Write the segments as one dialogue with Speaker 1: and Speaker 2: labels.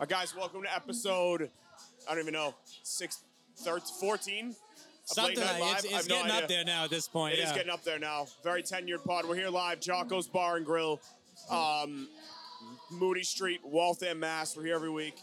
Speaker 1: Uh, guys, welcome to episode, I don't even know, six, thir- 14 of Late
Speaker 2: Something
Speaker 1: Night
Speaker 2: like-
Speaker 1: Live.
Speaker 2: it's,
Speaker 1: I
Speaker 2: it's
Speaker 1: have no
Speaker 2: getting
Speaker 1: idea.
Speaker 2: up there now at this point.
Speaker 1: It is
Speaker 2: yeah.
Speaker 1: getting up there now. Very tenured pod. We're here live, Jocko's Bar and Grill, um, Moody Street, Waltham, Mass. We're here every week.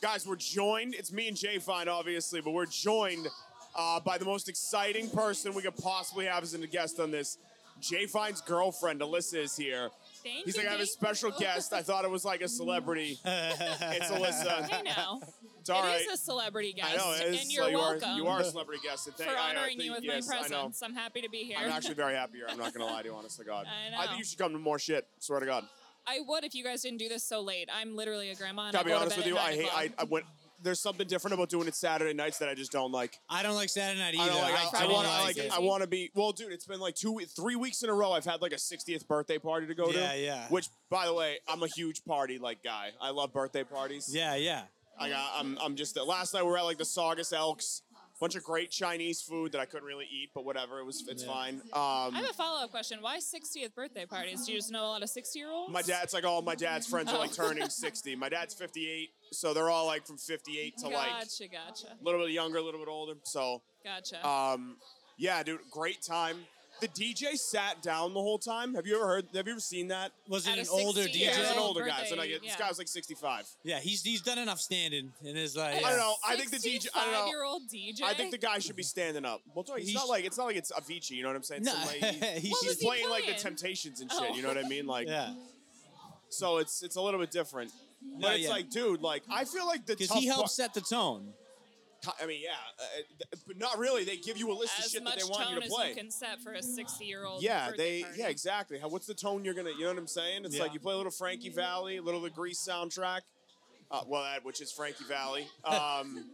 Speaker 1: Guys, we're joined. It's me and Jay Fine, obviously, but we're joined uh, by the most exciting person we could possibly have as a guest on this. Jay Fine's girlfriend, Alyssa, is here.
Speaker 3: Thank
Speaker 1: He's
Speaker 3: you.
Speaker 1: like, I have a
Speaker 3: thank
Speaker 1: special
Speaker 3: you.
Speaker 1: guest. I thought it was like a celebrity. it's Alyssa.
Speaker 3: I know.
Speaker 1: It's all
Speaker 3: It
Speaker 1: right.
Speaker 3: is a celebrity guest,
Speaker 1: I know. it is-
Speaker 3: and you're
Speaker 1: you
Speaker 3: welcome
Speaker 1: Are, you are a celebrity guest. And
Speaker 3: for
Speaker 1: thank- I- I
Speaker 3: honoring you
Speaker 1: think-
Speaker 3: with
Speaker 1: yes,
Speaker 3: my
Speaker 1: I know.
Speaker 3: presence. I'm happy to be here.
Speaker 1: I'm actually very happy here. I'm not going to lie to you, honest to God.
Speaker 3: I
Speaker 1: I
Speaker 3: know.
Speaker 1: think you should come to more shit. Swear to God.
Speaker 3: I would if you guys didn't do this so late. I'm literally a grgrandma. And
Speaker 1: Gotta
Speaker 3: I
Speaker 1: be
Speaker 3: go to
Speaker 1: honest
Speaker 3: bed
Speaker 1: with you.
Speaker 3: at
Speaker 1: I
Speaker 3: nine
Speaker 1: hate. I,
Speaker 3: o'clock.
Speaker 1: I went. There's something different about doing it Saturday nights that I just don't like.
Speaker 2: I don't like Saturday night
Speaker 1: I
Speaker 2: either.
Speaker 1: don't like.
Speaker 2: I,
Speaker 1: I, I
Speaker 2: don't
Speaker 1: want.
Speaker 2: like
Speaker 1: Like,
Speaker 2: it.
Speaker 1: I want to be. Well, dude, it's been like two, we- three weeks in a row. I've had like a 60th birthday party to go to.
Speaker 2: Yeah, yeah.
Speaker 1: Which, by the way, I'm a huge party like guy. I love birthday parties.
Speaker 2: Yeah, yeah.
Speaker 1: I got, I'm, I'm just. Last night we were at like the Saugus Elks. Bunch of great Chinese food that I couldn't really eat, but whatever. It was. It's
Speaker 2: Yeah.
Speaker 1: fine.
Speaker 3: I
Speaker 1: Um,
Speaker 3: have a follow up question. Why 60th birthday parties? Do you just know a lot of 60 year olds?
Speaker 1: my dad's like all my dad's friends are like
Speaker 3: Oh.
Speaker 1: turning 60. My dad's 58, so they're all like from 58 to like
Speaker 3: Gotcha, gotcha,
Speaker 1: a little bit younger, a little bit older. So,
Speaker 3: gotcha.
Speaker 1: um, yeah, dude, great time. The DJ sat down the whole time. Have you ever heard? Have you ever seen that?
Speaker 2: Was
Speaker 3: At
Speaker 2: it an
Speaker 3: a
Speaker 2: older
Speaker 3: 60
Speaker 2: DJ?
Speaker 1: Yeah,
Speaker 3: Yeah.
Speaker 1: he's an
Speaker 3: Yeah.
Speaker 1: older guy. So like,
Speaker 3: Birthday,
Speaker 1: this
Speaker 3: yeah.
Speaker 1: guy was like 65.
Speaker 2: Yeah, he's he's done enough standing, and is like
Speaker 1: I
Speaker 2: yeah.
Speaker 1: don't know. I think the DJ. I don't know.
Speaker 3: year old DJ.
Speaker 1: I think the guy should be standing up. Well, it's
Speaker 2: He
Speaker 1: not
Speaker 2: sh-
Speaker 1: like it's not like it's Avicii. You know what I'm saying?
Speaker 2: No,
Speaker 1: Some, like,
Speaker 2: he's-
Speaker 3: What
Speaker 1: he's
Speaker 3: was he
Speaker 1: playing like the
Speaker 3: playing?
Speaker 1: Temptations and
Speaker 3: Oh.
Speaker 1: shit. You know what I mean? Like,
Speaker 2: yeah,
Speaker 1: so it's it's a little bit different. but it's
Speaker 2: yeah.
Speaker 1: like, dude, like I feel like the
Speaker 2: because
Speaker 1: tough
Speaker 2: he helped
Speaker 1: part-
Speaker 2: set the tone.
Speaker 1: I mean, yeah, uh, th- but not really. They give you a list of
Speaker 3: as
Speaker 1: shit
Speaker 3: much
Speaker 1: that they want
Speaker 3: tone
Speaker 1: you to
Speaker 3: as
Speaker 1: play.
Speaker 3: you can set for a 60 year old.
Speaker 1: yeah, they. Yeah, exactly. How? What's the tone you're gonna? You know what I'm saying? It's
Speaker 2: Yeah.
Speaker 1: like you play a little Frankie Valley, a little of the Grease soundtrack. Uh, well, that which is Frankie Valley. Um,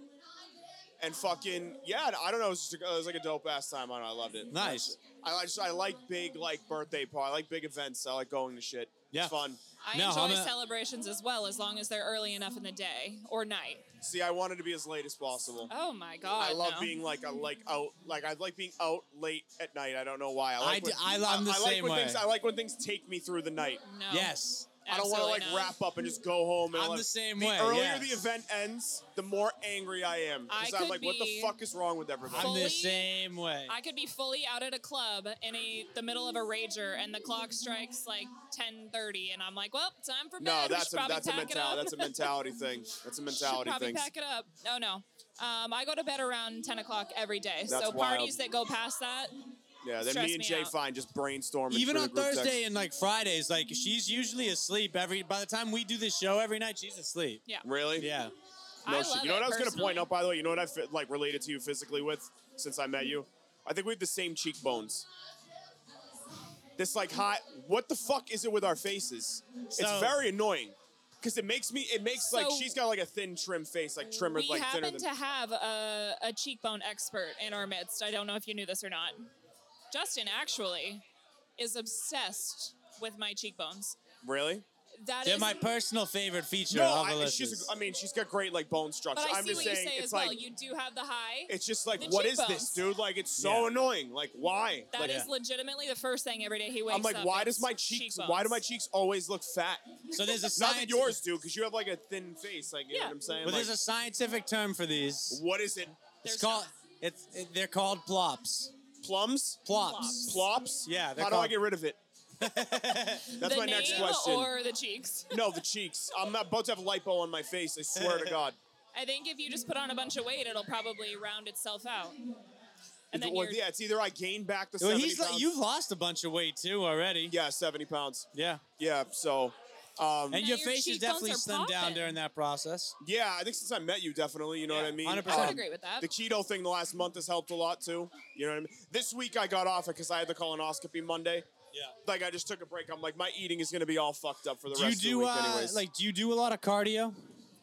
Speaker 1: and fucking yeah, I don't know. It was, just a- it was like a dope ass time. I, don't know, I loved it.
Speaker 2: Nice.
Speaker 1: I, I just I like big like birthday party. I like big events. I like going to shit.
Speaker 2: Yeah.
Speaker 1: It's fun.
Speaker 3: I
Speaker 2: No,
Speaker 3: enjoy
Speaker 2: I'm a-
Speaker 3: celebrations as well, as long as they're early enough in the day or night.
Speaker 1: See, I wanted to be as late as possible.
Speaker 3: Oh my god!
Speaker 1: I love
Speaker 3: no.
Speaker 1: being like a like out like I like being out late at night. I don't know why. I like
Speaker 2: I d- I lo- I'm the
Speaker 1: I like
Speaker 2: same
Speaker 1: when
Speaker 2: way.
Speaker 1: things I like when things take me through the night.
Speaker 3: No.
Speaker 2: Yes,
Speaker 1: I don't want to like
Speaker 3: Absolutely not.
Speaker 1: wrap up and just go home. And
Speaker 2: I'm
Speaker 1: like-
Speaker 2: the same way,
Speaker 1: earlier
Speaker 2: yeah.
Speaker 1: the event ends, the more angry I am. 'Cause
Speaker 3: I
Speaker 1: I'm
Speaker 3: could
Speaker 1: like, what the
Speaker 3: be
Speaker 1: fuck is wrong with everybody?
Speaker 2: I'm the
Speaker 3: Fully-
Speaker 2: same way.
Speaker 3: I could be fully out at a club in a the middle of a rager, and the clock strikes like 10:30, and I'm like, "Well, time for bed."
Speaker 1: no,
Speaker 3: We
Speaker 1: that's
Speaker 3: should
Speaker 1: a
Speaker 3: probably
Speaker 1: that's a
Speaker 3: pack it
Speaker 1: mentality.
Speaker 3: up.
Speaker 1: That's a mentality thing. That's a mentality
Speaker 3: Should probably
Speaker 1: thing.
Speaker 3: pack it up. Oh no, um, I go to bed around 10 o'clock every day. so
Speaker 1: wild.
Speaker 3: parties that go past that,
Speaker 1: Yeah, then
Speaker 3: Stress
Speaker 1: me and
Speaker 3: me
Speaker 1: Jay
Speaker 3: out.
Speaker 1: Fine just brainstorming.
Speaker 2: Even
Speaker 1: through
Speaker 2: on
Speaker 1: the group
Speaker 2: Thursday
Speaker 1: text.
Speaker 2: and like Fridays, like she's usually asleep. Every by the time we do this show every night, she's asleep.
Speaker 3: yeah,
Speaker 1: Really?
Speaker 2: Yeah,
Speaker 1: No
Speaker 3: I
Speaker 1: shit.
Speaker 3: love
Speaker 1: You know
Speaker 3: it
Speaker 1: what I was going to point
Speaker 3: personally.
Speaker 1: out, by the way? You know what I fit, like related to you physically with since I met you? I think we have the same cheekbones. This like hot. What the fuck is it with our faces? it's
Speaker 2: So-
Speaker 1: very annoying because it makes me. It makes like
Speaker 3: So-
Speaker 1: she's got like a thin, trim face, like trimmer,
Speaker 3: We
Speaker 1: like thinner
Speaker 3: happen
Speaker 1: than.
Speaker 3: to have a, a cheekbone expert in our midst. I don't know if you knew this or not. Justin actually is obsessed with my cheekbones.
Speaker 1: really?
Speaker 3: That
Speaker 2: they're
Speaker 3: is-
Speaker 2: my personal favorite feature.
Speaker 1: No,
Speaker 2: of
Speaker 1: I,
Speaker 2: Alyssa's.
Speaker 1: she's. A, I mean, she's got great like bone structure.
Speaker 3: but I
Speaker 1: am
Speaker 3: see
Speaker 1: just
Speaker 3: what
Speaker 1: saying,
Speaker 3: you say
Speaker 1: it's
Speaker 3: as
Speaker 1: like
Speaker 3: well. You do have the high.
Speaker 1: it's just like
Speaker 3: The
Speaker 1: what is this,
Speaker 3: cheekbones.
Speaker 1: dude? Like it's so
Speaker 2: Yeah.
Speaker 1: annoying. Like why?
Speaker 3: That
Speaker 1: like,
Speaker 3: is
Speaker 2: yeah.
Speaker 3: legitimately the first thing every day he wakes
Speaker 1: I'm
Speaker 3: up.
Speaker 1: like, why does
Speaker 3: it's
Speaker 1: my cheeks?
Speaker 3: cheekbones.
Speaker 1: Why do my cheeks always look fat?
Speaker 2: so there's a
Speaker 1: Not
Speaker 2: science.
Speaker 1: that yours do, because you have like a thin face. Like, you know
Speaker 3: Yeah.
Speaker 1: what I'm saying?
Speaker 2: But
Speaker 1: Like,
Speaker 2: there's a scientific term for these.
Speaker 1: what is it?
Speaker 3: There's
Speaker 2: it's called.
Speaker 3: not.
Speaker 2: It's it, they're called plops.
Speaker 1: Plums?
Speaker 2: Plops.
Speaker 1: Plops? How
Speaker 2: Yeah, they're
Speaker 1: do I
Speaker 2: called-
Speaker 1: get rid of it? That's
Speaker 3: the
Speaker 1: my next
Speaker 3: name
Speaker 1: question.
Speaker 3: or the cheeks?
Speaker 1: No, the cheeks. I'm not about to have lipo on my face. I swear to God.
Speaker 3: I think if you just put on a bunch of weight, it'll probably round itself out. And then
Speaker 1: Or-
Speaker 3: you're,
Speaker 1: yeah, it's either I gain back the
Speaker 2: Well,
Speaker 1: 70
Speaker 2: he's
Speaker 1: pounds.
Speaker 2: like you've lost a bunch of weight too already.
Speaker 1: yeah, 70 pounds.
Speaker 2: Yeah.
Speaker 1: Yeah, so. Um,
Speaker 2: And
Speaker 3: Now
Speaker 2: your
Speaker 3: your
Speaker 2: face is
Speaker 3: cheekbones
Speaker 2: definitely
Speaker 3: are
Speaker 2: slimmed down
Speaker 3: popping.
Speaker 2: during that process.
Speaker 1: yeah, I think since I met you, definitely. You know
Speaker 2: Yeah,
Speaker 1: what I mean?
Speaker 2: 100%.
Speaker 3: I would
Speaker 2: Um,
Speaker 3: agree with that.
Speaker 1: Oh, The keto thing the last month has helped a lot too. You know what I mean? This week I got off it because I had the colonoscopy Monday.
Speaker 2: Yeah.
Speaker 1: Like I just took a break. I'm like, my eating is gonna be all fucked up for the
Speaker 2: Do you
Speaker 1: rest of
Speaker 2: do
Speaker 1: the week,
Speaker 2: uh,
Speaker 1: anyways.
Speaker 2: like do you do a lot of cardio?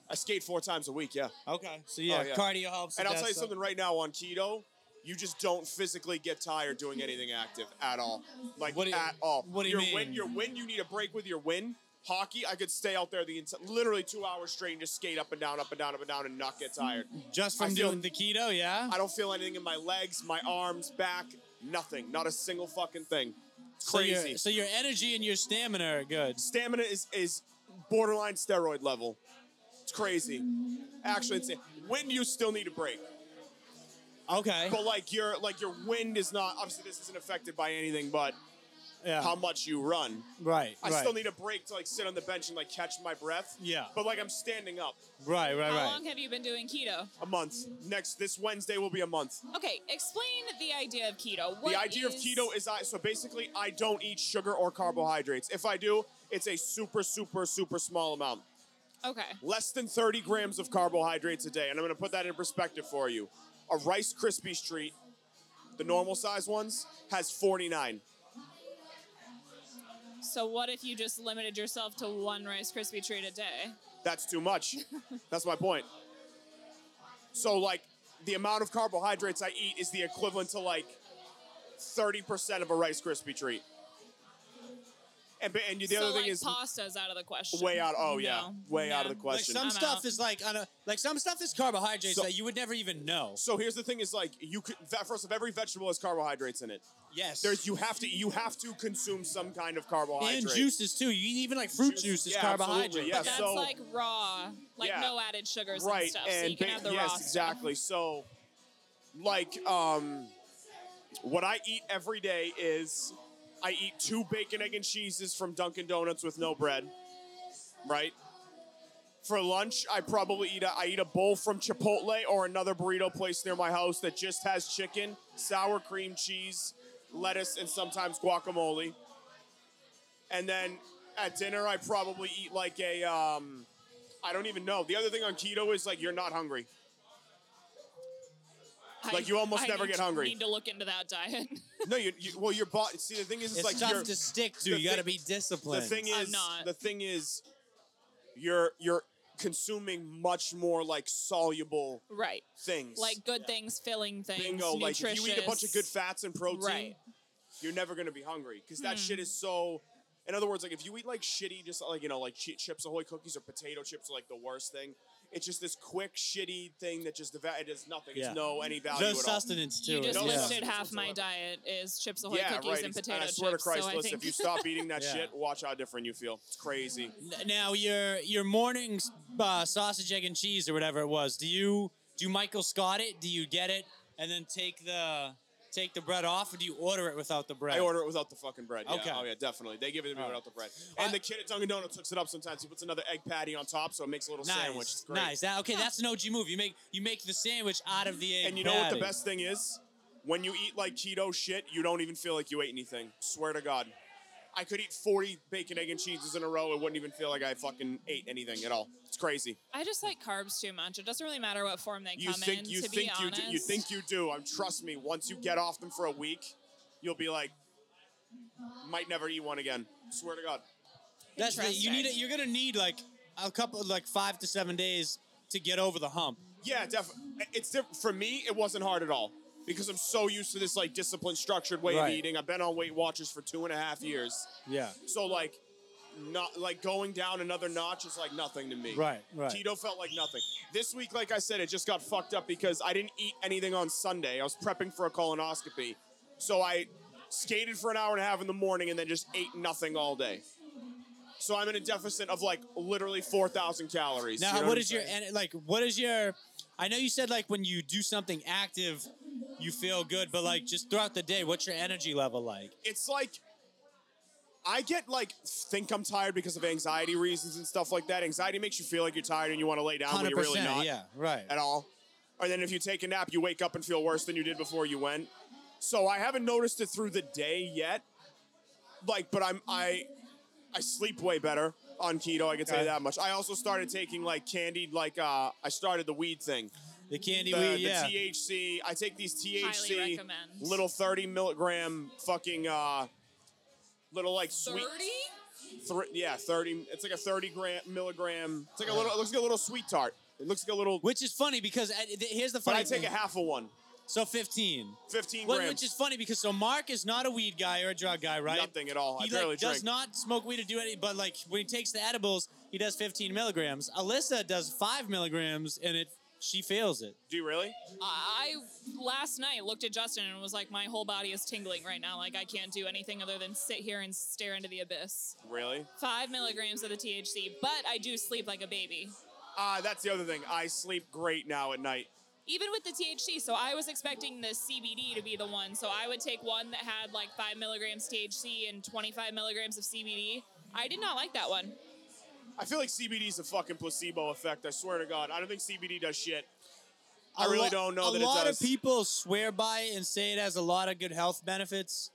Speaker 1: I skate four times a week, yeah.
Speaker 2: Okay. So yeah,
Speaker 1: Oh, yeah.
Speaker 2: cardio helps.
Speaker 1: And
Speaker 2: with
Speaker 1: I'll
Speaker 2: that
Speaker 1: tell you
Speaker 2: stuff.
Speaker 1: something right now on keto, you just don't physically get tired doing anything active at all. Like
Speaker 2: What do you-
Speaker 1: at all.
Speaker 2: what do you
Speaker 1: your
Speaker 2: mean?
Speaker 1: Win, your win, you need a break with your win. Hockey, I could stay out there the enti- literally two hours straight and just skate up and down, up and down, up and down, and not get tired.
Speaker 2: Just
Speaker 1: I
Speaker 2: from
Speaker 1: feel-
Speaker 2: doing the keto, yeah.
Speaker 1: I don't feel anything in my legs, my arms, back, nothing, not a single fucking thing. It's
Speaker 2: So your-
Speaker 1: crazy.
Speaker 2: So your, energy and your stamina are good.
Speaker 1: Stamina is is borderline steroid level. It's crazy. Actually, it's wind. You still need a break,
Speaker 2: Okay.
Speaker 1: but like your like your wind is not. Obviously, this isn't affected by anything, but
Speaker 2: Yeah.
Speaker 1: how much you run.
Speaker 2: right.
Speaker 1: I
Speaker 2: right.
Speaker 1: still need a break to like sit on the bench and like catch my breath.
Speaker 2: Yeah.
Speaker 1: But like I'm standing up.
Speaker 2: Right. Right.
Speaker 3: How
Speaker 2: Right.
Speaker 3: long have you been doing keto?
Speaker 1: A month. Next this Wednesday will be a month.
Speaker 3: Okay, explain the idea of keto. What
Speaker 1: the idea of
Speaker 3: is-
Speaker 1: keto is I so basically I don't eat sugar or carbohydrates. If I do, it's a super super super small amount.
Speaker 3: Okay.
Speaker 1: Less than 30 grams of carbohydrates a day. And I'm going to put that in perspective for you. A Rice Krispies treat, the normal size ones, has 49.
Speaker 3: So what if you just limited yourself to one Rice Krispie treat a day?
Speaker 1: That's too much. That's my point. So, like, the amount of carbohydrates I eat is the equivalent to like 30% of a Rice Krispie treat. And, ba- and the
Speaker 3: so
Speaker 1: other
Speaker 3: like
Speaker 1: thing is
Speaker 3: pasta's out of the question.
Speaker 1: way out. Oh, yeah.
Speaker 3: No.
Speaker 1: Way out
Speaker 3: Yeah.
Speaker 1: of the question.
Speaker 2: Like some
Speaker 3: I'm
Speaker 2: stuff
Speaker 3: out.
Speaker 2: is like on a, like some stuff is carbohydrates
Speaker 1: So-
Speaker 2: that you would never even know.
Speaker 1: so, here's the thing is like, you could, that first of every vegetable has carbohydrates in it.
Speaker 2: Yes.
Speaker 1: There's, you have to, you have to consume some kind of carbohydrate.
Speaker 2: and juices too. You eat even like fruit
Speaker 1: Juice-
Speaker 2: juice is
Speaker 1: yeah, absolutely,
Speaker 2: carbohydrate.
Speaker 1: yeah.
Speaker 3: But that's
Speaker 1: so-
Speaker 3: like raw, like
Speaker 1: Yeah.
Speaker 3: no added sugars
Speaker 1: right
Speaker 3: and stuff.
Speaker 1: and
Speaker 3: so you can
Speaker 1: ba-
Speaker 3: have the
Speaker 1: yes
Speaker 3: raw
Speaker 1: exactly so like um what i eat every day is i eat two bacon egg and cheeses from dunkin' donuts with no bread right for lunch i probably eat a, i eat a bowl from chipotle or another burrito place near my house that just has chicken sour cream cheese lettuce and sometimes guacamole and then at dinner i probably eat like a um, I don't even know. The other thing on keto is like you're not hungry.
Speaker 3: stuff.
Speaker 1: Like,
Speaker 3: I-
Speaker 1: you almost
Speaker 3: I
Speaker 1: never
Speaker 3: need
Speaker 1: get
Speaker 3: to-
Speaker 1: hungry.
Speaker 3: Need to look into that diet.
Speaker 1: No, you, you well, your body. See, the thing is, it's,
Speaker 2: It's
Speaker 1: like
Speaker 2: tough
Speaker 1: your-
Speaker 2: to stick to.
Speaker 1: the
Speaker 2: You got to
Speaker 1: thing-
Speaker 2: be
Speaker 1: the
Speaker 2: disciplined.
Speaker 1: thing
Speaker 3: I'm
Speaker 1: is,
Speaker 3: not.
Speaker 1: the thing is, you're you're consuming much more like soluble
Speaker 3: right.
Speaker 1: things.
Speaker 3: Like good things, filling things,
Speaker 1: bingo, like if
Speaker 3: nutritious.
Speaker 1: you eat a bunch of good fats and protein,
Speaker 3: Right. Hmm.
Speaker 1: you're never gonna be hungry because that shit is so. In other words, like if you eat like shitty, just like you know, like chi- chips ahoy cookies or potato chips are like the worst thing. It's just this quick shitty thing that just eva- it does nothing.
Speaker 2: Yeah.
Speaker 1: It's no any value
Speaker 2: no
Speaker 1: at all.
Speaker 2: sustenance too.
Speaker 3: You just
Speaker 1: No,
Speaker 3: listed
Speaker 1: yeah.
Speaker 3: half my
Speaker 1: Whatsoever.
Speaker 3: diet is chips ahoy cookies and
Speaker 1: It's-
Speaker 3: potato
Speaker 1: I swear
Speaker 3: chips.
Speaker 1: to Christ,
Speaker 3: so I
Speaker 1: listen,
Speaker 3: think
Speaker 1: if you stop eating that
Speaker 2: Yeah.
Speaker 1: shit, watch how different you feel. It's crazy.
Speaker 2: N- Now your your morning uh, sausage egg and cheese or whatever it was. Do you do you Michael Scott it? Do you get it and then take the take the bread off, or do you order it without the bread?
Speaker 1: I order it without the fucking bread. Yeah.
Speaker 2: Okay.
Speaker 1: Oh yeah, definitely. They give it to me
Speaker 2: All right.
Speaker 1: without the bread. And
Speaker 2: I-
Speaker 1: the kid at Dunkin' Donuts hooks it up sometimes. He puts another egg patty on top, so it makes a little
Speaker 2: nice,
Speaker 1: sandwich. It's great.
Speaker 2: nice. That, okay, that's an OG move. You make you make the sandwich out of the egg.
Speaker 1: And you know what the
Speaker 2: patty.
Speaker 1: best thing is? When you eat like keto shit, you don't even feel like you ate anything. Swear to God. I could eat 40 bacon, egg, and cheeses in a row. It wouldn't even feel like I fucking ate anything at all. It's crazy.
Speaker 3: I just like carbs too much. It doesn't really matter what form they
Speaker 1: You
Speaker 3: come
Speaker 1: think
Speaker 3: in.
Speaker 1: you
Speaker 3: to
Speaker 1: think
Speaker 3: be
Speaker 1: you
Speaker 3: honest,
Speaker 1: do, you think you do. Um, trust me. Once you get off them for a week, you'll be like, might never eat one again. Swear to God.
Speaker 2: That's the, you
Speaker 3: Interesting.
Speaker 2: need it. You're gonna need like a couple, like five to seven days to get over the hump.
Speaker 1: Yeah, definitely. It's diff- for me. It wasn't hard at all because I'm so used to this like disciplined, structured way
Speaker 2: Right.
Speaker 1: of eating. I've been on Weight Watchers for two and a half years,
Speaker 2: Yeah.
Speaker 1: so like, not like going down another notch is like nothing to me.
Speaker 2: Right, right.
Speaker 1: Keto felt like nothing. This week, like I said, it just got fucked up because I didn't eat anything on Sunday. I was prepping for a colonoscopy, so I skated for an hour and a half in the morning and then just ate nothing all day. So I'm in a deficit of like literally four thousand calories.
Speaker 2: Now,
Speaker 1: You know
Speaker 2: what
Speaker 1: I'm
Speaker 2: is your
Speaker 1: saying?
Speaker 2: and like? What is your? I know you said like when you do something active, you feel good, but like just throughout the day, what's your energy level like?
Speaker 1: it's like I get like think I'm tired because of anxiety reasons and stuff like that. Anxiety makes you feel like you're tired and you want to lay down when you're really not
Speaker 2: Yeah. Right.
Speaker 1: at all. And then if you take a nap, you wake up and feel worse than you did before you went. So I haven't noticed it through the day yet. Like, but I'm I I sleep way better on keto. I can tell
Speaker 2: Okay.
Speaker 1: you that much. I also started taking like candied like uh I started the weed thing
Speaker 2: The candy
Speaker 1: the,
Speaker 2: weed.
Speaker 1: the
Speaker 2: yeah.
Speaker 1: THC. I take these THC
Speaker 3: recommend.
Speaker 1: little 30 milligram fucking uh little like sweet
Speaker 3: thirty.
Speaker 1: thri- yeah 30 it's like a 30 gram milligram it's like a little it looks like a little sweet tart it looks like a little
Speaker 2: Which is funny because I, th- here's the
Speaker 1: but
Speaker 2: funny.
Speaker 1: I take a
Speaker 2: thing.
Speaker 1: half of one
Speaker 2: So 15.
Speaker 1: 15
Speaker 2: Wh-
Speaker 1: grams
Speaker 2: Which is funny because so Mark is not a weed guy or a drug guy, right?
Speaker 1: nothing at all
Speaker 2: He
Speaker 1: I barely
Speaker 2: like,
Speaker 1: drink
Speaker 2: does not smoke weed or do any, but like when he takes the edibles, he does 15 milligrams. Alyssa does five milligrams, and it she fails it.
Speaker 1: do you really
Speaker 3: I last night looked at Justin and was like, my whole body is tingling right now. Like I can't do anything other than sit here and stare into the abyss.
Speaker 1: really
Speaker 3: Five milligrams of the THC, but I do sleep like a baby.
Speaker 1: Uh, that's the other thing. I sleep great now at night.
Speaker 3: Even with the THC, so I was expecting the CBD to be the one. So I would take one that had like five milligrams THC and 25 milligrams of CBD. I did not like that one.
Speaker 1: I feel like CBD is a fucking placebo effect. I swear to God, I don't think CBD does shit. I really don't know
Speaker 2: A
Speaker 1: that it
Speaker 2: lot
Speaker 1: does.
Speaker 2: of people swear by it and say it has a lot of good health benefits.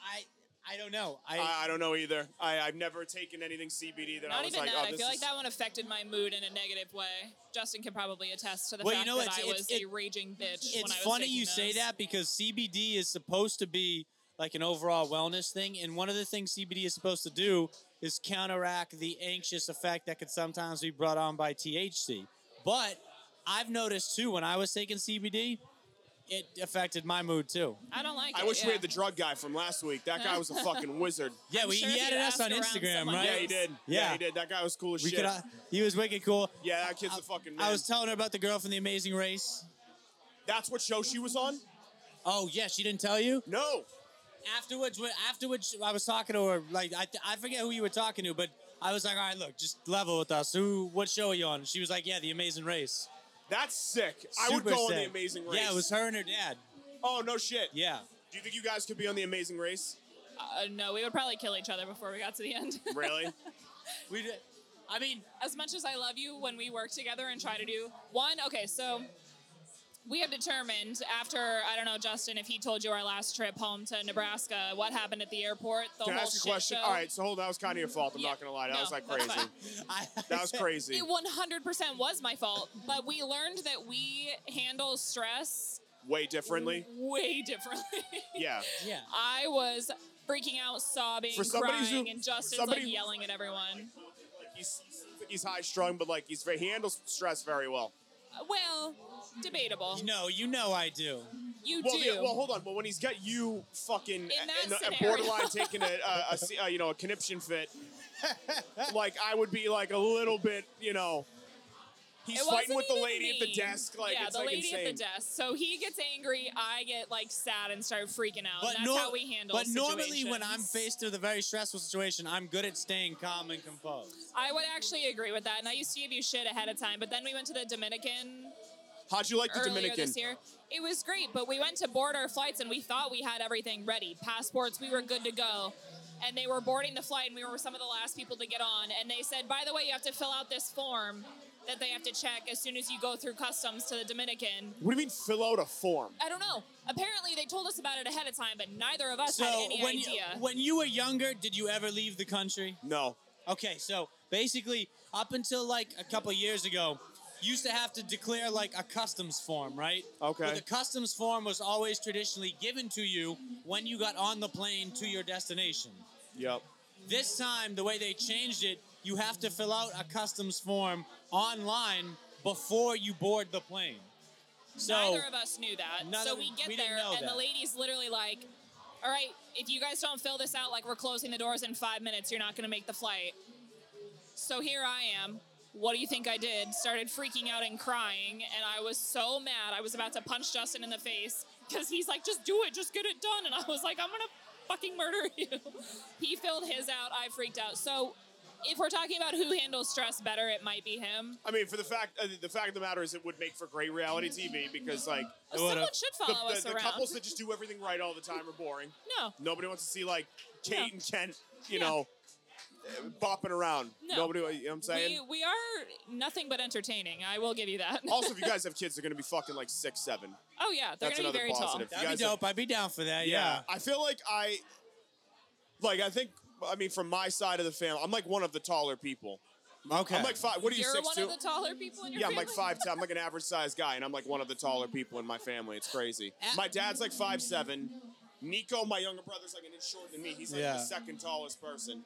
Speaker 2: I I don't know. I,
Speaker 1: I, I don't know either. I, I've never taken anything CBD that I
Speaker 3: Not
Speaker 1: was
Speaker 3: even
Speaker 1: like,
Speaker 3: that.
Speaker 1: oh,
Speaker 3: I
Speaker 1: this
Speaker 3: feel
Speaker 1: is
Speaker 3: like that one affected my mood in a negative way. Justin can probably attest to the
Speaker 2: Well, you
Speaker 3: fact
Speaker 2: know,
Speaker 3: that
Speaker 2: it's-
Speaker 3: I
Speaker 2: it's-
Speaker 3: was
Speaker 2: it-
Speaker 3: a raging bitch. when
Speaker 2: it's
Speaker 3: I was
Speaker 2: funny
Speaker 3: taking
Speaker 2: you say
Speaker 3: those.
Speaker 2: that because CBD is supposed to be like an overall wellness thing, and one of the things CBD is supposed to do is counteract the anxious effect that could sometimes be brought on by THC. But I've noticed too when I was taking CBD, it affected my mood too.
Speaker 3: I don't like it.
Speaker 1: I wish we
Speaker 3: yeah.
Speaker 1: had the drug guy from last week. That guy was a fucking wizard.
Speaker 2: Yeah,
Speaker 3: I'm
Speaker 2: we
Speaker 3: sure
Speaker 2: he
Speaker 3: if you
Speaker 2: added us
Speaker 3: asked
Speaker 2: on
Speaker 3: around
Speaker 2: Instagram,
Speaker 3: someone
Speaker 2: right?
Speaker 1: Yeah, he did. Yeah,
Speaker 2: Yeah.
Speaker 1: he did. That guy was cool as
Speaker 2: We
Speaker 1: shit.
Speaker 2: could, he was wicked cool.
Speaker 1: yeah, that kid's a fucking man.
Speaker 2: I was telling her about the girl from The Amazing Race.
Speaker 1: That's what show she was on?
Speaker 2: Oh yeah, she didn't tell you.
Speaker 1: No.
Speaker 2: afterwards, when- afterwards, I was talking to her. Like I, I forget who you were talking to, but I was like, all right, look, just level with us. Who? What show are you on? She was like, yeah, The Amazing Race.
Speaker 1: That's sick. I would
Speaker 2: Super
Speaker 1: go on The
Speaker 2: sick.
Speaker 1: Amazing Race.
Speaker 2: Yeah, it was her and her dad.
Speaker 1: Oh, no shit.
Speaker 2: Yeah.
Speaker 1: Do you think you guys could be on The Amazing Race?
Speaker 3: Uh, no, we would probably kill each other before we got to the end.
Speaker 1: Really?
Speaker 2: We. Did, I mean,
Speaker 3: as much as I love you when we work together and try to do one, okay, so we have determined after I don't know, Justin, if he told you our last trip home to Nebraska, what happened at the airport, the
Speaker 1: Can I
Speaker 3: whole
Speaker 1: ask you
Speaker 3: shit
Speaker 1: a question?
Speaker 3: show.
Speaker 1: All right, so hold on. That was kind of your fault. I'm
Speaker 3: Yeah.
Speaker 1: not going to lie. That
Speaker 3: No,
Speaker 1: was like
Speaker 3: that's
Speaker 1: crazy.
Speaker 3: fine.
Speaker 2: I,
Speaker 1: That was crazy.
Speaker 3: It 100% was my fault, but we learned that we handle stress
Speaker 1: Way differently.
Speaker 3: way differently.
Speaker 1: Yeah.
Speaker 2: Yeah.
Speaker 3: I was freaking out, sobbing,
Speaker 1: For somebody who-
Speaker 3: crying, and
Speaker 1: for
Speaker 3: Justin's
Speaker 1: somebody-
Speaker 3: like yelling at everyone.
Speaker 1: He's, he's high strung, but like he's very, he handles stress very well.
Speaker 3: Well, debatable.
Speaker 2: You know, you know, I do.
Speaker 3: You
Speaker 1: Well,
Speaker 3: do.
Speaker 1: yeah, well, hold on. But when he's got you fucking
Speaker 3: that
Speaker 1: and- and
Speaker 3: scenario.
Speaker 1: borderline taking a, a, a se- uh, you know a conniption fit, like I would be like a little bit, you know. He's
Speaker 3: It
Speaker 1: fighting
Speaker 3: wasn't
Speaker 1: with the
Speaker 3: even
Speaker 1: lady at the
Speaker 3: me.
Speaker 1: desk. Like
Speaker 3: yeah,
Speaker 1: it's
Speaker 3: the
Speaker 1: like
Speaker 3: lady
Speaker 1: insane.
Speaker 3: at the desk. So he gets angry, I get like sad and start freaking out.
Speaker 2: But
Speaker 3: and that's
Speaker 2: nor-
Speaker 3: how we handle.
Speaker 2: But normally, when I'm
Speaker 3: situations.
Speaker 2: faced with a very stressful situation, I'm good at staying calm and composed.
Speaker 3: I would actually agree with that, and I used to give you shit ahead of time. But then we went to the Dominican
Speaker 1: How'd you like the
Speaker 3: earlier
Speaker 1: Dominican?
Speaker 3: this year. It was great, but we went to board our flights and we thought we had everything ready. Passports, we were good to go. And they were boarding the flight and we were some of the last people to get on. And they said, by the way, you have to fill out this form that they have to check as soon as you go through customs to the Dominican.
Speaker 1: What do you mean fill out a form?
Speaker 3: I don't know. Apparently, they told us about it ahead of time, but neither of us
Speaker 2: So
Speaker 3: had any
Speaker 2: when
Speaker 3: idea.
Speaker 2: you, when you were younger, did you ever leave the country?
Speaker 1: No.
Speaker 2: Okay, so basically, up until like a couple years ago, you used to have to declare like a customs form, right?
Speaker 1: Okay.
Speaker 2: But the customs form was always traditionally given to you when you got on the plane to your destination.
Speaker 1: Yep.
Speaker 2: This time, the way they changed it, you have to fill out a customs form online before you board the plane. So
Speaker 3: Neither of us knew that.
Speaker 2: None
Speaker 3: so
Speaker 2: of-
Speaker 3: we get
Speaker 2: we didn't
Speaker 3: there,
Speaker 2: know
Speaker 3: and
Speaker 2: that.
Speaker 3: the lady's literally like, "All right, if you guys don't fill this out, like we're closing the doors in five minutes, you're not going to make the flight." So here I am. What do you think I did? Started freaking out and crying, and I was so mad. I was about to punch Justin in the face because he's like, "Just do it, just get it done," and I was like, "I'm gonna fucking murder you." he filled his out. I freaked out. So. If we're talking about who handles stress better, it might be him.
Speaker 1: I mean, for the fact uh, the fact of the matter is, it would make for great reality TV because like
Speaker 2: It
Speaker 3: Someone
Speaker 2: would've-
Speaker 3: should
Speaker 1: the,
Speaker 3: follow
Speaker 1: the-
Speaker 3: us
Speaker 1: the
Speaker 3: around.
Speaker 1: couples that just do everything right all the time are boring.
Speaker 3: no,
Speaker 1: Nobody wants to see like Kate
Speaker 3: No.
Speaker 1: and Kent, you
Speaker 3: Yeah.
Speaker 1: know, uh, bopping around.
Speaker 3: No.
Speaker 1: Nobody, you know what I'm saying?
Speaker 3: We, we are nothing but entertaining. I will give you that.
Speaker 1: also, if you guys have kids, they're going to be fucking like six, seven.
Speaker 3: oh yeah, they're
Speaker 1: That's
Speaker 3: gonna be
Speaker 1: another
Speaker 3: very
Speaker 1: positive.
Speaker 3: tall.
Speaker 1: You
Speaker 2: that'd
Speaker 1: guys
Speaker 2: be
Speaker 1: have-
Speaker 2: dope. I'd be down for that. Yeah.
Speaker 1: I feel like I, like, I think, I mean, from my side of the family, I'm like one of the taller people.
Speaker 2: Okay.
Speaker 1: I'm like five. What are you,
Speaker 3: You're
Speaker 1: six
Speaker 3: one
Speaker 1: two?
Speaker 3: of the taller people in your
Speaker 1: yeah, I'm
Speaker 3: family.
Speaker 1: like five. ten. I'm like an average sized guy, and I'm like one of the taller people in my family. It's crazy.
Speaker 2: Ah.
Speaker 1: My dad's like five seven. Nico, my younger brother's like an inch shorter than me. He's like
Speaker 2: Yeah.
Speaker 1: the second tallest person.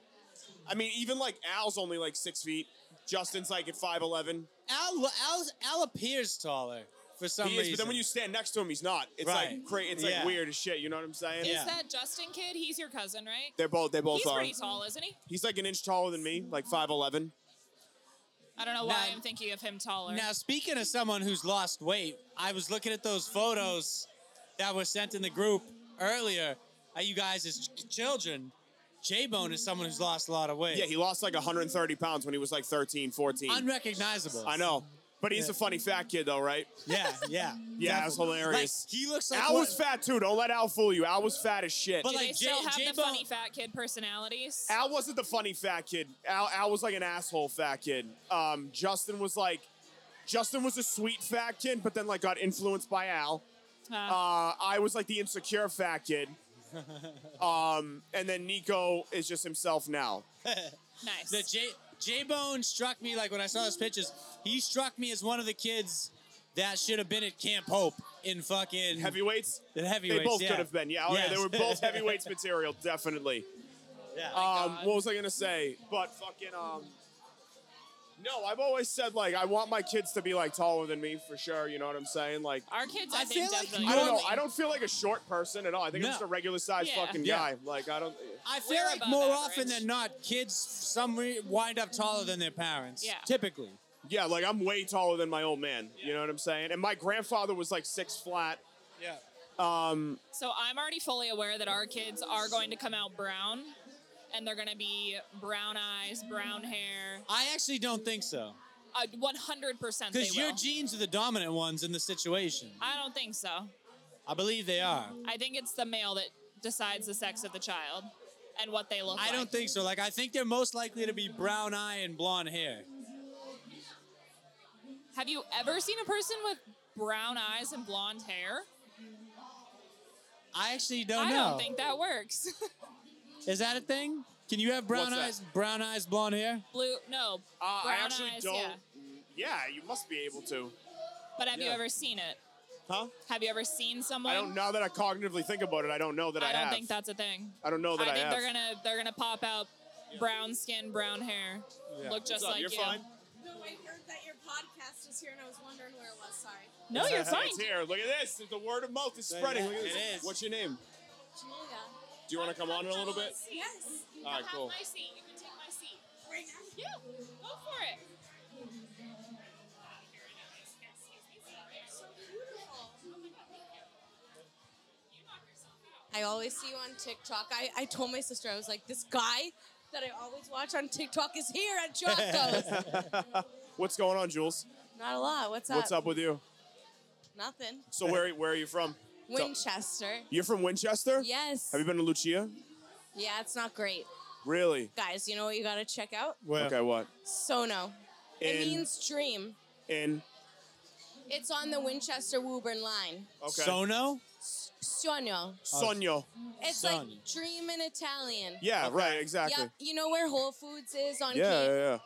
Speaker 1: I mean, even like Al's only like six feet. Justin's like at five eleven.
Speaker 2: Al, Al, Al appears taller for some
Speaker 1: He is,
Speaker 2: reason.
Speaker 1: but then when you stand next to him, he's not. It's like
Speaker 2: Right.
Speaker 1: crazy. It's
Speaker 2: Yeah.
Speaker 1: like weird as shit. You know what I'm saying?
Speaker 3: Is
Speaker 2: Yeah.
Speaker 3: that Justin kid? He's your cousin, right?
Speaker 1: They're both. They both
Speaker 3: He's
Speaker 1: are.
Speaker 3: pretty tall, isn't he?
Speaker 1: He's like an inch taller than me, like five eleven.
Speaker 3: I don't know why
Speaker 2: Nah.
Speaker 3: I'm thinking of him taller.
Speaker 2: Now, speaking of someone who's lost weight, I was looking at those Uh, photos that were sent in the group earlier. Are you guys as ch- children? J Bone is someone who's lost a lot of weight.
Speaker 1: Yeah, he lost like 130 pounds when he was like 13, 14.
Speaker 2: unrecognizable.
Speaker 1: I know. But he's
Speaker 2: Yeah.
Speaker 1: a funny fat kid, though, right?
Speaker 2: Yeah, yeah,
Speaker 1: Yeah, that's
Speaker 2: definitely.
Speaker 1: hilarious.
Speaker 2: Like, he looks like
Speaker 1: Al
Speaker 2: one-
Speaker 1: was fat, too. Don't let Al fool you. Al was fat as shit.
Speaker 2: But,
Speaker 3: Do
Speaker 2: like,
Speaker 3: they still
Speaker 2: J-
Speaker 3: have the
Speaker 2: J-Bone-
Speaker 3: funny fat kid personalities?
Speaker 1: Al wasn't the funny fat kid. Al, Al was like an asshole fat kid. Um, Justin was like, Justin was a sweet fat kid, but then like got influenced by Al.
Speaker 3: Uh,
Speaker 1: Uh, I was like the insecure fat kid. Um, and then Nico is just himself now.
Speaker 3: nice.
Speaker 2: The J J Bone struck me like when I saw his pictures. He struck me as one of the kids that should have been at Camp Hope in fucking
Speaker 1: Heavyweights?
Speaker 2: the heavyweights.
Speaker 1: They both
Speaker 2: yeah.
Speaker 1: could have been. Yeah, oh, yeah,
Speaker 2: Yes.
Speaker 1: they were both heavyweights material, definitely.
Speaker 2: yeah.
Speaker 1: Um,
Speaker 3: God.
Speaker 1: what was I gonna say? But fucking um. No, I've always said like I want my kids to be like taller than me for sure. You know what I'm saying? Like
Speaker 3: Our kids,
Speaker 2: I
Speaker 3: I, think,
Speaker 2: feel like
Speaker 3: definitely.
Speaker 1: I don't
Speaker 2: You're
Speaker 1: know.
Speaker 2: on the-
Speaker 1: I don't feel like a short person at all. I think
Speaker 2: No.
Speaker 1: I'm just a regular sized
Speaker 3: Yeah.
Speaker 1: fucking
Speaker 2: Yeah.
Speaker 1: guy. Like I don't.
Speaker 2: I feel
Speaker 3: We're
Speaker 2: like
Speaker 3: above
Speaker 2: more
Speaker 3: average.
Speaker 2: often than not, kids some re- wind up taller than their parents.
Speaker 3: Yeah.
Speaker 2: typically.
Speaker 1: Yeah, like I'm way taller than my old man. You know what I'm saying? And my grandfather was like six flat.
Speaker 2: Yeah.
Speaker 1: Um,
Speaker 3: So I'm already fully aware that our kids are going to come out brown, and they're going to be brown eyes, brown hair.
Speaker 2: I actually don't think so
Speaker 3: Uh, 100% they
Speaker 2: because your
Speaker 3: will.
Speaker 2: genes are the dominant ones in the situation. I,
Speaker 3: I don't think so.
Speaker 2: believe they are.
Speaker 3: I think it's the male that decides the sex of the child and what they look
Speaker 2: I
Speaker 3: like.
Speaker 2: don't think so. Like I think they're most likely to be brown eye and blonde hair.
Speaker 3: Have you ever seen a person with brown eyes and blonde hair?
Speaker 2: I actually don't
Speaker 3: I
Speaker 2: know.
Speaker 3: don't think that works.
Speaker 2: Is that a thing? Can you have brown
Speaker 1: What's that?
Speaker 2: eyes, brown eyes, blonde hair?
Speaker 3: Blue, no,
Speaker 1: uh, I
Speaker 3: brown
Speaker 1: actually
Speaker 3: eyes,
Speaker 1: don't.
Speaker 3: yeah.
Speaker 1: yeah, you must be able to.
Speaker 3: But have you
Speaker 1: Yeah.
Speaker 3: ever seen it?
Speaker 1: Huh?
Speaker 3: Have you ever seen someone?
Speaker 1: I don't. Now that I cognitively think about it, I don't know that I,
Speaker 3: I don't
Speaker 1: have.
Speaker 3: think that's a thing.
Speaker 1: I don't know that I,
Speaker 3: I think
Speaker 1: have.
Speaker 3: they're gonna they're gonna pop out brown skin, brown hair, look
Speaker 1: What's
Speaker 3: just
Speaker 1: up?
Speaker 3: like
Speaker 1: You're
Speaker 3: you.
Speaker 1: fine.
Speaker 4: No, I heard that your podcast was here, and I was wondering where it was. Sorry.
Speaker 3: No, you're fine.
Speaker 1: It's here. Look at this. The word of mouth is spreading. Look at
Speaker 2: It
Speaker 1: this.
Speaker 2: is.
Speaker 1: What's your name?
Speaker 4: Julia.
Speaker 1: Do you want to come on in a little bit?
Speaker 4: Yes.
Speaker 1: All right, cool.
Speaker 3: seat. You can take my seat.
Speaker 4: Right now.
Speaker 3: Yeah, go for it.
Speaker 4: So beautiful. I always see you on TikTok. I, I told my sister, I was like, this guy that I always watch on TikTok is here at Jocko's.
Speaker 1: What's going on, Jules?
Speaker 4: Not a lot. What's up?
Speaker 1: What's up with you?
Speaker 4: Nothing.
Speaker 1: So where where are you from?
Speaker 4: Winchester.
Speaker 1: You're from Winchester?
Speaker 4: Yes.
Speaker 1: Have you been to Lucia?
Speaker 4: yeah, it's not great.
Speaker 1: Really?
Speaker 4: Guys, you know what you gotta check out?
Speaker 2: Well,
Speaker 1: Okay, what?
Speaker 4: Sono. It
Speaker 1: In-
Speaker 4: means dream.
Speaker 1: In
Speaker 4: It's on the Winchester Woburn line.
Speaker 1: okay.
Speaker 2: Sono.
Speaker 4: Sono.
Speaker 1: Sonio.
Speaker 4: It's
Speaker 2: Sono.
Speaker 4: like dream in Italian.
Speaker 1: Yeah, right, exactly.
Speaker 4: Yep. You know where Whole Foods is on
Speaker 1: Yeah,
Speaker 4: Cape?
Speaker 1: yeah, yeah.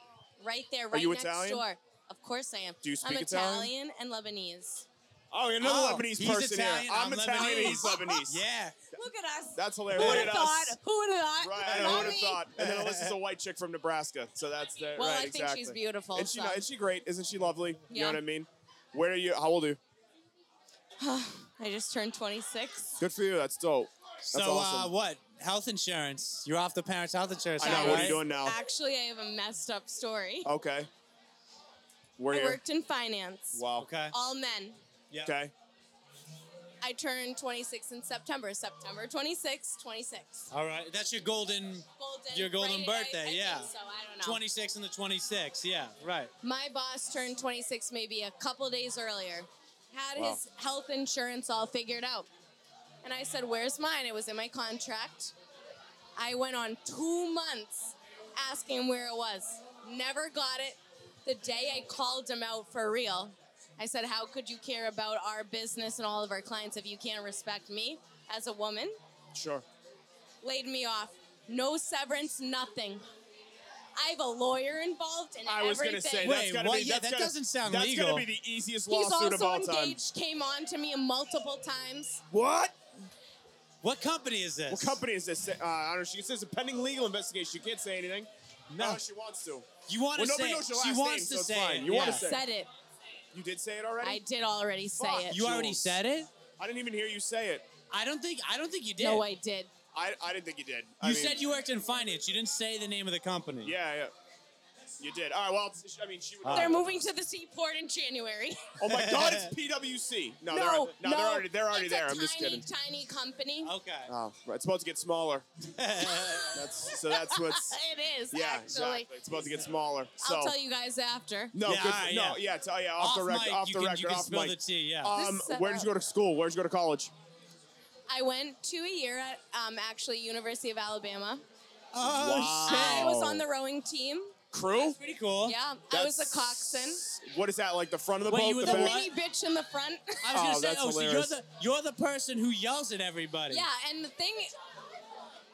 Speaker 4: Right there, right
Speaker 1: you
Speaker 4: next
Speaker 1: Italian?
Speaker 4: door. Of course I am.
Speaker 1: Do you
Speaker 4: I'm
Speaker 1: speak Italian?
Speaker 4: Italian and Lebanese.
Speaker 1: Oh, you're another
Speaker 2: Oh,
Speaker 1: Lebanese
Speaker 2: he's
Speaker 1: person
Speaker 2: Italian,
Speaker 1: here. I'm,
Speaker 2: I'm
Speaker 1: Italian and he's
Speaker 2: Lebanese.
Speaker 1: Lebanese.
Speaker 2: Yeah.
Speaker 4: Look at us.
Speaker 1: That's hilarious.
Speaker 4: Who
Speaker 1: Look
Speaker 4: would
Speaker 1: at
Speaker 4: have thought?
Speaker 1: us.
Speaker 4: Who would have thought?
Speaker 1: Right, I
Speaker 4: Not
Speaker 1: would have
Speaker 4: me.
Speaker 1: thought. And then Alyssa's a white chick from Nebraska, so that's the,
Speaker 4: Well,
Speaker 1: right,
Speaker 4: I think she's
Speaker 1: exactly.
Speaker 4: beautiful,
Speaker 1: And she,
Speaker 4: so.
Speaker 1: is she great? Isn't she lovely? You know
Speaker 4: Yeah.
Speaker 1: what I mean? Where are you? How old are you?
Speaker 4: I just turned 26.
Speaker 1: Good for you. That's dope. That's
Speaker 2: so uh,
Speaker 1: awesome.
Speaker 2: what? Health insurance. You're off the parents' health insurance.
Speaker 1: I know.
Speaker 2: now,
Speaker 1: What are
Speaker 2: right?
Speaker 1: you doing now?
Speaker 4: Actually, I have a messed up story.
Speaker 1: Okay. We're
Speaker 4: I
Speaker 1: here.
Speaker 4: worked in finance.
Speaker 1: Wow.
Speaker 2: Okay.
Speaker 4: All men.
Speaker 2: Yeah.
Speaker 1: Okay.
Speaker 4: I turned 26 in September. September 26, 26.
Speaker 2: All right. That's your golden
Speaker 4: Golden.
Speaker 2: Your golden
Speaker 4: right? I-
Speaker 2: birthday,
Speaker 4: I think
Speaker 2: yeah.
Speaker 4: so I don't know.
Speaker 2: 26 and the 26. Yeah. Right.
Speaker 4: My boss turned 26 maybe a couple days earlier. Had
Speaker 1: Wow.
Speaker 4: his health insurance all figured out. And I said, Where's mine? It was in my contract. I went on two months asking where it was. Never got it. The day I called him out for real, I said, How could you care about our business and all of our clients if you can't respect me as a woman?
Speaker 1: Sure.
Speaker 4: Laid me off. No severance, nothing. I have a lawyer involved in
Speaker 1: I was gonna
Speaker 4: everything.
Speaker 1: say
Speaker 2: Wait,
Speaker 1: that's gotta
Speaker 2: what?
Speaker 1: be
Speaker 2: Yeah,
Speaker 1: that's
Speaker 2: that
Speaker 1: gotta-
Speaker 2: doesn't sound
Speaker 1: that's
Speaker 2: legal.
Speaker 1: gonna be the easiest
Speaker 4: He's
Speaker 1: lawsuit of
Speaker 4: also
Speaker 1: all time.
Speaker 4: engaged. Came on to me multiple times.
Speaker 1: What?
Speaker 2: What company is this?
Speaker 1: What company is this? Uh, I don't know. She says a pending legal investigation. She can't say anything.
Speaker 2: No.
Speaker 1: Unless she wants to.
Speaker 2: You want to
Speaker 1: Well, nobody
Speaker 2: say? it.
Speaker 1: knows your
Speaker 2: she
Speaker 1: last
Speaker 2: wants
Speaker 1: name,
Speaker 2: to
Speaker 1: so it's
Speaker 2: say.
Speaker 1: fine.
Speaker 2: it.
Speaker 1: You
Speaker 2: yeah.
Speaker 1: wanna say-
Speaker 4: Said it.
Speaker 1: You did say it already.
Speaker 4: I did already say
Speaker 1: Fuck.
Speaker 4: it.
Speaker 2: You already
Speaker 1: Jules.
Speaker 2: said it.
Speaker 1: I didn't even hear you say it.
Speaker 2: I don't think. I don't think you did.
Speaker 4: no, I did.
Speaker 1: I, I didn't think you did. I
Speaker 2: You
Speaker 1: mean,
Speaker 2: said you worked in finance. You didn't say the name of the company.
Speaker 1: Yeah, yeah. You did. All right. Well, I mean, she would.
Speaker 2: Uh,
Speaker 4: They're moving to the seaport in January.
Speaker 1: oh my God, it's PwC. No, they're,
Speaker 4: no,
Speaker 1: no, they're already they're already
Speaker 4: it's a
Speaker 1: there. I'm just
Speaker 4: tiny,
Speaker 1: kidding.
Speaker 4: Tiny company.
Speaker 2: Okay.
Speaker 1: Oh, right. it's supposed to get smaller. That's so. That's what's.
Speaker 4: It is
Speaker 1: Yeah,
Speaker 4: actually.
Speaker 1: exactly. It's supposed to get smaller. So.
Speaker 4: I'll tell you guys after.
Speaker 1: No,
Speaker 2: Yeah,
Speaker 1: good,
Speaker 2: all right,
Speaker 1: no,
Speaker 2: yeah.
Speaker 1: yeah, it's- oh, yeah, off, the record,
Speaker 2: mic,
Speaker 1: off
Speaker 2: you
Speaker 1: the
Speaker 2: can,
Speaker 1: record,
Speaker 2: You can
Speaker 1: off
Speaker 2: spill
Speaker 1: mic.
Speaker 2: the tea. Yeah.
Speaker 1: Um,
Speaker 4: This is-
Speaker 1: where did you go to school? Where did you go to college?
Speaker 4: I went to a year at um, actually University of Alabama.
Speaker 1: wow. Oh.
Speaker 4: I was on the rowing team.
Speaker 1: crew.
Speaker 2: Oh, Pretty cool.
Speaker 4: Yeah, I was a coxswain.
Speaker 1: What is that like? The front of the
Speaker 2: Wait,
Speaker 1: boat,
Speaker 2: you were
Speaker 1: the
Speaker 2: the
Speaker 1: back?
Speaker 2: what?
Speaker 4: Any bitch in the front.
Speaker 2: I was
Speaker 1: Oh,
Speaker 2: gonna say,
Speaker 1: that's
Speaker 2: oh,
Speaker 1: hilarious.
Speaker 2: so you're the you're the person who yells at everybody.
Speaker 4: yeah, and the thing.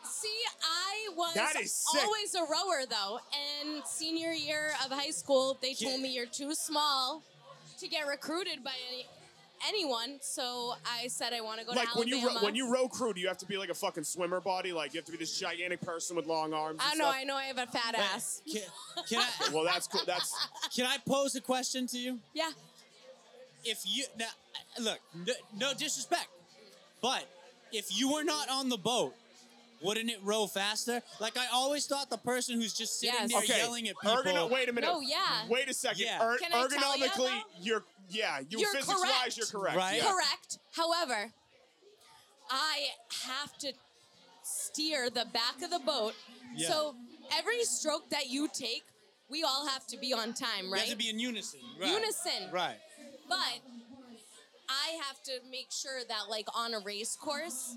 Speaker 4: See, I
Speaker 1: That is
Speaker 4: was
Speaker 1: sick.
Speaker 4: always a rower though, and senior year of high school, they told me you're too small to get recruited by any anyone. So I said I want to go
Speaker 1: Like
Speaker 4: to
Speaker 1: when you
Speaker 4: Alabama.
Speaker 1: ro- when you row crew, do you have to be like a fucking swimmer body? Like you have to be this gigantic person with long arms.
Speaker 4: I
Speaker 1: and
Speaker 4: know,
Speaker 1: stuff?
Speaker 4: I know, I have a fat ass.
Speaker 2: Can, can I
Speaker 1: Well, that's cool. That's
Speaker 2: can I pose a question to you?
Speaker 4: Yeah,
Speaker 2: If you now, look, no, no disrespect, but if you were not on the boat, wouldn't it row faster? Like I always thought, the person who's just sitting
Speaker 4: Yes.
Speaker 2: there
Speaker 1: okay.
Speaker 2: yelling at people.
Speaker 1: Ergono- wait a minute.
Speaker 4: No, yeah.
Speaker 1: Wait a second.
Speaker 2: Yeah.
Speaker 1: Er-
Speaker 4: Can I tell ya,
Speaker 1: ergonomically,
Speaker 4: though?
Speaker 1: you're yeah. You
Speaker 4: You're
Speaker 1: physics wise,
Speaker 4: correct.
Speaker 1: you're correct.
Speaker 2: Right.
Speaker 1: Yeah.
Speaker 4: correct. However, I have to steer the back of the boat.
Speaker 2: Yeah.
Speaker 4: So every stroke that you take, we all have to be on time,
Speaker 2: You
Speaker 4: right?
Speaker 2: have to be in unison. Right.
Speaker 4: Unison.
Speaker 2: Right.
Speaker 4: but I have to make sure that, like, on a race course,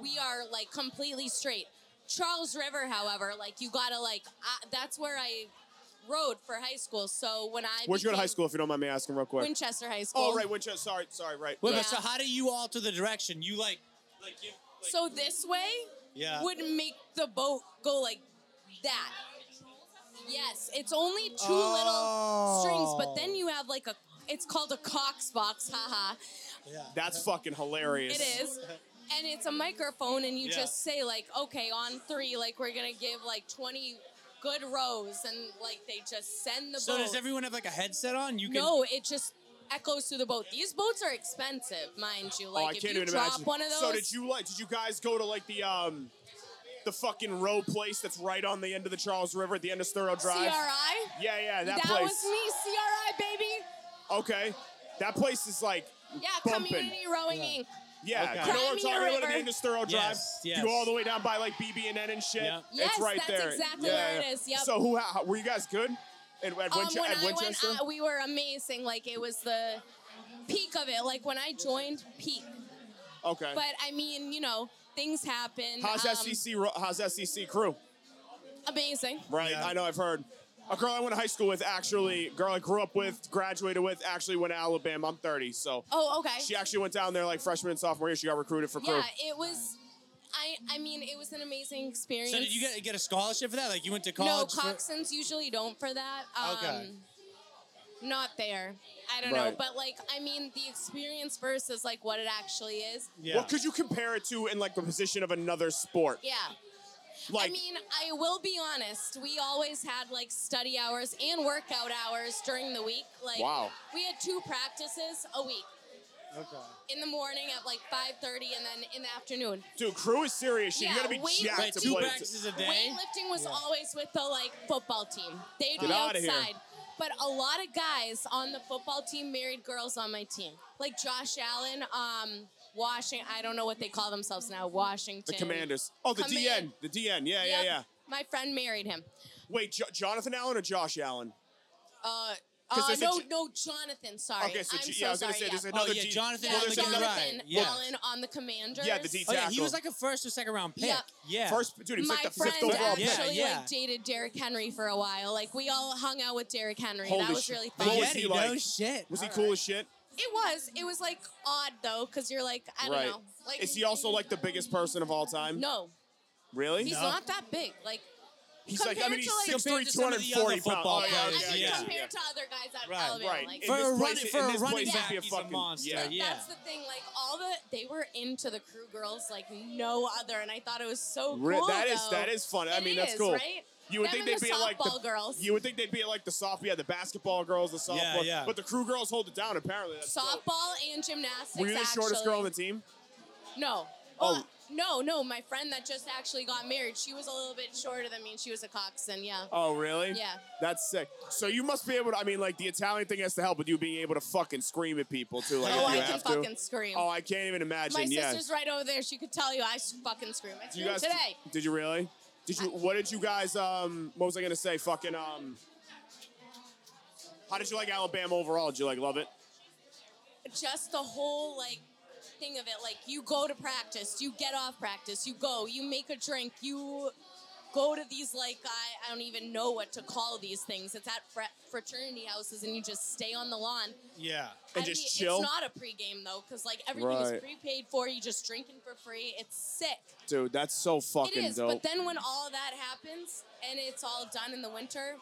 Speaker 4: we are like completely straight. Charles River, however, like you gotta like I, that's where I rode for high school. So when I
Speaker 1: Where'd you go to high
Speaker 4: became-
Speaker 1: school, if you don't mind me asking, real quick?
Speaker 4: Winchester High School.
Speaker 1: Oh, right, Winchester. Sorry, sorry, right.
Speaker 2: Wait,
Speaker 4: Yeah.
Speaker 2: but so how do you alter the direction? You like, like, you, like
Speaker 4: So this way,
Speaker 2: yeah.
Speaker 4: would make the boat go like that. Yes, it's only two little strings, but
Speaker 1: Oh.
Speaker 4: then you have like a. It's called a Cox box, haha.
Speaker 2: yeah.
Speaker 1: That's fucking hilarious.
Speaker 4: It is, and it's a microphone, and you
Speaker 2: Yeah.
Speaker 4: just say like, okay, on three, like we're gonna give like twenty good rows, and like they just send the
Speaker 2: So
Speaker 4: boat.
Speaker 2: does everyone have like a headset on? You can
Speaker 4: no, it just echoes through the boat. These boats are expensive, mind you. Like
Speaker 1: oh, I
Speaker 4: if
Speaker 1: can't
Speaker 4: you
Speaker 1: even
Speaker 4: drop
Speaker 1: imagine.
Speaker 4: one of those,
Speaker 1: So did you like? Did you guys go to like the um, the fucking row place that's right on the end of the Charles River at the end of Thurrow Drive?
Speaker 4: CRI.
Speaker 1: Yeah, yeah, that,
Speaker 4: That,
Speaker 1: place.
Speaker 4: was me, CRI baby.
Speaker 1: Okay, that place is like
Speaker 4: Yeah,
Speaker 1: bumping.
Speaker 4: community rowing.
Speaker 2: Yeah.
Speaker 4: inc.
Speaker 1: Yeah,
Speaker 2: Okay.
Speaker 1: you know what I'm
Speaker 4: Crimea
Speaker 1: talking about at
Speaker 4: River.
Speaker 1: the end of Thurrow Drive.
Speaker 2: Yes, yes.
Speaker 1: You go all the way down by like BB&N and shit.
Speaker 2: Yeah.
Speaker 4: Yes,
Speaker 1: it's right
Speaker 4: that's
Speaker 1: there.
Speaker 4: exactly
Speaker 1: yeah.
Speaker 4: where it
Speaker 1: yeah.
Speaker 4: is, yep.
Speaker 1: So who? How, were you guys good? At, at,
Speaker 4: Um,
Speaker 1: Winche-
Speaker 4: when
Speaker 1: at
Speaker 4: I went,
Speaker 1: Winchester?
Speaker 4: uh, we were amazing. Like it was the peak of it. Like when I joined, peak.
Speaker 1: okay.
Speaker 4: But I mean, you know, things happen.
Speaker 1: how's
Speaker 4: um,
Speaker 1: SEC? ro- How's SEC crew?
Speaker 4: Amazing.
Speaker 1: Right.
Speaker 2: Yeah.
Speaker 1: I know. I've heard. A girl I went to high school with, actually, girl I grew up with, graduated with, actually went to Alabama. I'm 30, so
Speaker 4: Oh, okay.
Speaker 1: she actually went down there like freshman and sophomore year. She got recruited for crew.
Speaker 4: yeah, it was. I I mean, it was an amazing experience.
Speaker 2: So did you get get a scholarship for that? Like you went to
Speaker 4: no
Speaker 2: college? for-
Speaker 4: coxswains usually don't for that. Um,
Speaker 2: Okay.
Speaker 4: Not there. I don't know,
Speaker 1: Right.
Speaker 4: but like I mean, the experience versus like what it actually is.
Speaker 2: yeah.
Speaker 1: What could you compare it to in like the position of another sport?
Speaker 4: Yeah.
Speaker 1: Like,
Speaker 4: I mean, I will be honest. We always had like study hours and workout hours during the week. Like,
Speaker 1: Wow.
Speaker 4: we had two practices a week
Speaker 2: okay.
Speaker 4: in the morning at like 5:30, and then in the afternoon.
Speaker 1: dude, crew is serious. shit. you
Speaker 4: Yeah,
Speaker 1: gotta be
Speaker 4: weight-
Speaker 1: jacked
Speaker 2: Wait,
Speaker 1: to
Speaker 2: two
Speaker 1: play.
Speaker 2: practices a day?
Speaker 4: Weightlifting was
Speaker 2: Yeah.
Speaker 4: always with the like football team. They'd
Speaker 1: Get
Speaker 4: be
Speaker 1: outta here.
Speaker 4: outside, but a lot of guys on the football team married girls on my team, like Josh Allen, um, Washington. I don't know what they call themselves now.
Speaker 1: The
Speaker 4: Washington.
Speaker 1: Commanders. Oh, the DN.
Speaker 4: Command-
Speaker 1: The DN. Yeah, yeah,
Speaker 4: Yep.
Speaker 1: yeah.
Speaker 4: My friend married him.
Speaker 1: Wait, jo- Jonathan Allen or Josh Allen?
Speaker 4: Uh,
Speaker 1: 'Cause
Speaker 4: uh
Speaker 1: there's a
Speaker 4: no,
Speaker 1: J-
Speaker 4: no, Jonathan. Sorry,
Speaker 1: Okay, so
Speaker 4: I'm
Speaker 1: J-
Speaker 4: so
Speaker 1: yeah, I was
Speaker 4: sorry.
Speaker 1: gonna say there's
Speaker 4: yeah.
Speaker 1: another
Speaker 2: Oh, yeah,
Speaker 1: D-
Speaker 2: Jonathan
Speaker 4: yeah,
Speaker 1: well, there's
Speaker 2: Allen,
Speaker 1: another-
Speaker 2: you're right.
Speaker 4: Jonathan
Speaker 2: yeah.
Speaker 4: Allen on the Commanders.
Speaker 1: Yeah, the D
Speaker 2: Oh,
Speaker 1: tackle.
Speaker 2: yeah, he was like a first or second round pick.
Speaker 4: Yeah.
Speaker 2: Yeah.
Speaker 1: first, dude. He was
Speaker 4: My
Speaker 1: like the
Speaker 4: friend
Speaker 1: fifth overall
Speaker 4: actually
Speaker 1: pick.
Speaker 2: Yeah, yeah.
Speaker 4: like dated Derrick Henry for a while. Like we all hung out with Derrick Henry.
Speaker 1: Holy
Speaker 4: that was
Speaker 1: shit.
Speaker 4: really
Speaker 2: But
Speaker 4: fun.
Speaker 1: What was
Speaker 2: yet
Speaker 1: he
Speaker 2: he
Speaker 1: like?
Speaker 2: knows shit.
Speaker 1: Was he
Speaker 2: All
Speaker 1: cool
Speaker 2: right.
Speaker 1: as shit?
Speaker 4: It was. It was like odd though, because you're like I don't
Speaker 1: right.
Speaker 4: know. Like
Speaker 1: Is he also like the biggest person of all time?
Speaker 4: No,
Speaker 1: Really?
Speaker 4: he's not that big. Like
Speaker 1: He's like, I
Speaker 4: compared
Speaker 1: mean, he's
Speaker 4: to, like-
Speaker 1: 6'3",
Speaker 2: Compared to some of the other
Speaker 1: 240 pounds.
Speaker 2: football
Speaker 1: Oh, yeah,
Speaker 2: players,
Speaker 1: yeah,
Speaker 4: I mean,
Speaker 1: yeah,
Speaker 2: yeah.
Speaker 4: compared to other guys out of
Speaker 2: Right,
Speaker 4: Alabama,
Speaker 1: Right.
Speaker 4: like
Speaker 1: In
Speaker 2: For
Speaker 1: this
Speaker 2: a run-
Speaker 1: place-
Speaker 2: for
Speaker 1: in
Speaker 2: a
Speaker 1: this
Speaker 2: running
Speaker 1: place,
Speaker 4: back,
Speaker 1: he'd be
Speaker 2: he's a
Speaker 1: fucking-
Speaker 2: monster.
Speaker 1: Yeah.
Speaker 4: But
Speaker 2: Yeah.
Speaker 4: that's the thing. Like all the they were into the crew girls like no other, and I thought it was so cool.
Speaker 1: Re- that is
Speaker 4: though.
Speaker 1: that is fun. I
Speaker 4: It
Speaker 1: mean, that's
Speaker 4: is,
Speaker 1: cool.
Speaker 4: right?
Speaker 1: You would
Speaker 4: Them
Speaker 1: think
Speaker 4: and
Speaker 1: they'd
Speaker 4: the
Speaker 1: be at, like the
Speaker 4: softball girls.
Speaker 1: You would think they'd be at, like the soft, yeah, the basketball girls, the softball.
Speaker 2: Yeah, yeah.
Speaker 1: But the crew girls hold it down. Apparently, that's dope.
Speaker 4: Softball and gymnastics.
Speaker 1: Were you the shortest
Speaker 4: actually.
Speaker 1: girl on the team?
Speaker 4: No, Well,
Speaker 1: Oh.
Speaker 4: no, no, my friend that just actually got married, she was a little bit shorter than me and she was a coxswain, yeah.
Speaker 1: Oh, really?
Speaker 4: Yeah.
Speaker 1: That's sick. So you must be able to. I mean, like the Italian thing has to help with you being able to fucking scream at people too. Like
Speaker 4: oh,
Speaker 1: if
Speaker 4: I
Speaker 1: you
Speaker 4: can
Speaker 1: have to.
Speaker 4: fucking scream.
Speaker 1: Oh, I can't even imagine.
Speaker 4: my
Speaker 1: yeah.
Speaker 4: sister's right over there. She could tell you I s- fucking scream. I
Speaker 1: Do you
Speaker 4: screamed
Speaker 1: guys
Speaker 4: today.
Speaker 1: Did you really? Did you? What did you guys? Um, what was I gonna say? Fucking um. How did you like Alabama overall? Did you like love it?
Speaker 4: Just the whole like thing of it. Like you go to practice, you get off practice, you go, you make a drink, you go to these like I, I don't even know what to call these things. It's at fr- fraternity houses, and you just stay on the lawn
Speaker 2: Yeah.
Speaker 1: And
Speaker 4: I
Speaker 1: just
Speaker 4: mean,
Speaker 1: chill?
Speaker 4: It's not a pregame though, because like everything
Speaker 1: Right.
Speaker 4: is prepaid for. You just drinking for free. It's sick.
Speaker 1: Dude, that's so
Speaker 4: It
Speaker 1: fucking
Speaker 4: is,
Speaker 1: dope.
Speaker 4: but then when all that happens and it's all done in the winter,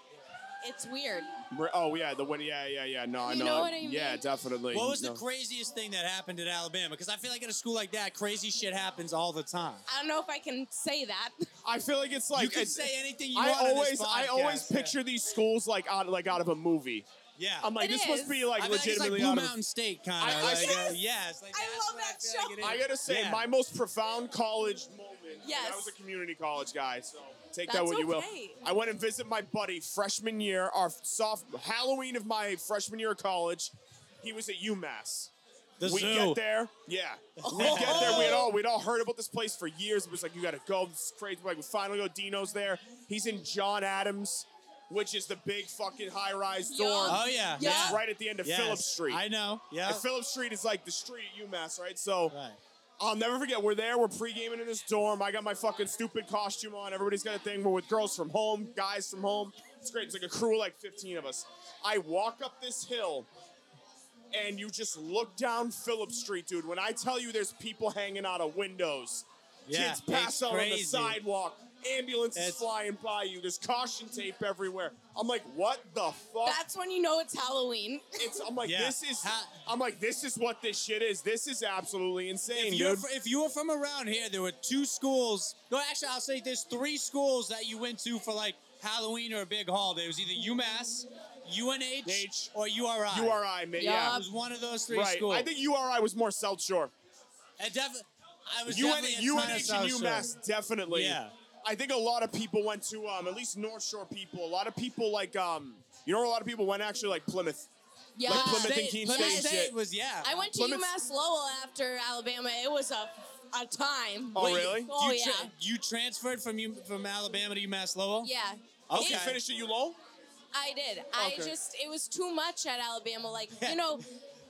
Speaker 4: it's weird.
Speaker 1: Re- oh yeah, the win. Yeah, yeah, yeah. No, I
Speaker 4: You
Speaker 1: know.
Speaker 4: know what I
Speaker 1: Yeah,
Speaker 4: mean?
Speaker 1: definitely.
Speaker 2: What was
Speaker 1: no.
Speaker 2: the craziest thing that happened at Alabama? Because I feel like at a school like that, crazy shit happens all the time.
Speaker 4: I don't know if I can say that.
Speaker 1: I feel like it's like
Speaker 2: you can
Speaker 1: it's-
Speaker 2: say anything you
Speaker 1: I
Speaker 2: want. on
Speaker 1: always,
Speaker 2: this
Speaker 1: I
Speaker 2: podcast.
Speaker 1: always
Speaker 2: Yeah.
Speaker 1: picture these schools like out, like out of a movie.
Speaker 2: Yeah.
Speaker 1: I'm like,
Speaker 4: It
Speaker 1: this must
Speaker 4: is.
Speaker 1: be like
Speaker 2: I feel like it's like
Speaker 1: legitimately
Speaker 2: Blue
Speaker 1: out of.
Speaker 2: Mountain State kind
Speaker 1: I-
Speaker 2: of.
Speaker 1: I-
Speaker 2: Like,
Speaker 1: Yes!
Speaker 2: uh, yes. Like,
Speaker 4: I
Speaker 2: that's
Speaker 4: love
Speaker 2: what
Speaker 4: that
Speaker 2: feel like
Speaker 4: show.
Speaker 2: it is.
Speaker 1: I gotta say,
Speaker 2: Yeah.
Speaker 1: my most profound college moment.
Speaker 4: Yes.
Speaker 1: I was a community college guy, so take that
Speaker 4: That's
Speaker 1: what you will.
Speaker 4: okay.
Speaker 1: I went and visited my buddy freshman year, our soft Halloween of my freshman year of college. He was at UMass.
Speaker 2: The
Speaker 1: we
Speaker 2: zoo.
Speaker 1: get there, yeah. We
Speaker 4: Oh.
Speaker 1: get there. We had all we'd all heard about this place for years. It was like you gotta go. This is crazy. Like we finally go. Dino's there. He's in John Adams, which is the big fucking high rise
Speaker 4: Yup.
Speaker 1: dorm.
Speaker 2: Oh yeah.
Speaker 4: Yeah.
Speaker 2: Yeah.
Speaker 1: Right at the end of
Speaker 2: Yes.
Speaker 1: Phillips Street.
Speaker 2: I know. Yeah.
Speaker 1: And Phillips Street is like the street at UMass, right? So
Speaker 2: Right.
Speaker 1: I'll never forget. We're there. We're pre-gaming in this dorm. I got my fucking stupid costume on. Everybody's got a thing. We're with girls from home, guys from home. It's great. It's like a crew of like 15 of us. I walk up this hill, and you just look down Phillips Street, dude. When I tell you there's people hanging out of windows,
Speaker 2: Yeah,
Speaker 1: kids pass
Speaker 2: it's
Speaker 1: out on the
Speaker 2: crazy.
Speaker 1: sidewalk, ambulances
Speaker 2: It's-
Speaker 1: flying by you. There's caution tape everywhere. I'm like, what the fuck?
Speaker 4: That's when you know it's Halloween.
Speaker 1: it's, I'm like,
Speaker 2: Yeah.
Speaker 1: this is.
Speaker 2: Ha-
Speaker 1: I'm like, this is what this shit is. This is absolutely insane,
Speaker 2: If
Speaker 1: dude.
Speaker 2: you're, fr- if you were from around here, there were two schools. No, actually, I'll say there's three schools that you went to for like Halloween or a big holiday. It was either UMass, UNH,
Speaker 1: H.
Speaker 2: or URI.
Speaker 1: URI, man. Yeah.
Speaker 2: It was one of those three
Speaker 1: Right.
Speaker 2: schools.
Speaker 1: I think URI was more South Shore.
Speaker 2: I defi- I was
Speaker 1: UN,
Speaker 2: definitely a ton of
Speaker 1: UNH
Speaker 2: South
Speaker 1: and
Speaker 2: Shore.
Speaker 1: UMass, definitely.
Speaker 2: Yeah.
Speaker 1: I think a lot of people went to, um, at least North Shore people, a lot of people like, um, you know where a lot of people went actually? Like Plymouth.
Speaker 4: Yeah.
Speaker 1: Like Plymouth and
Speaker 2: State-
Speaker 1: Keene
Speaker 2: Plymouth
Speaker 1: State and
Speaker 2: State
Speaker 1: shit.
Speaker 2: was yeah.
Speaker 4: I went to
Speaker 1: Plymouth-
Speaker 4: UMass Lowell after Alabama. It was a, a time.
Speaker 1: Oh, really?
Speaker 4: Oh,
Speaker 2: you
Speaker 4: yeah.
Speaker 2: tra- you transferred from U- from Alabama to UMass Lowell.
Speaker 4: Yeah.
Speaker 1: Did you
Speaker 2: Okay.
Speaker 1: finish at ULO?
Speaker 4: I did. I
Speaker 1: Okay.
Speaker 4: just it was too much at Alabama. Like you know,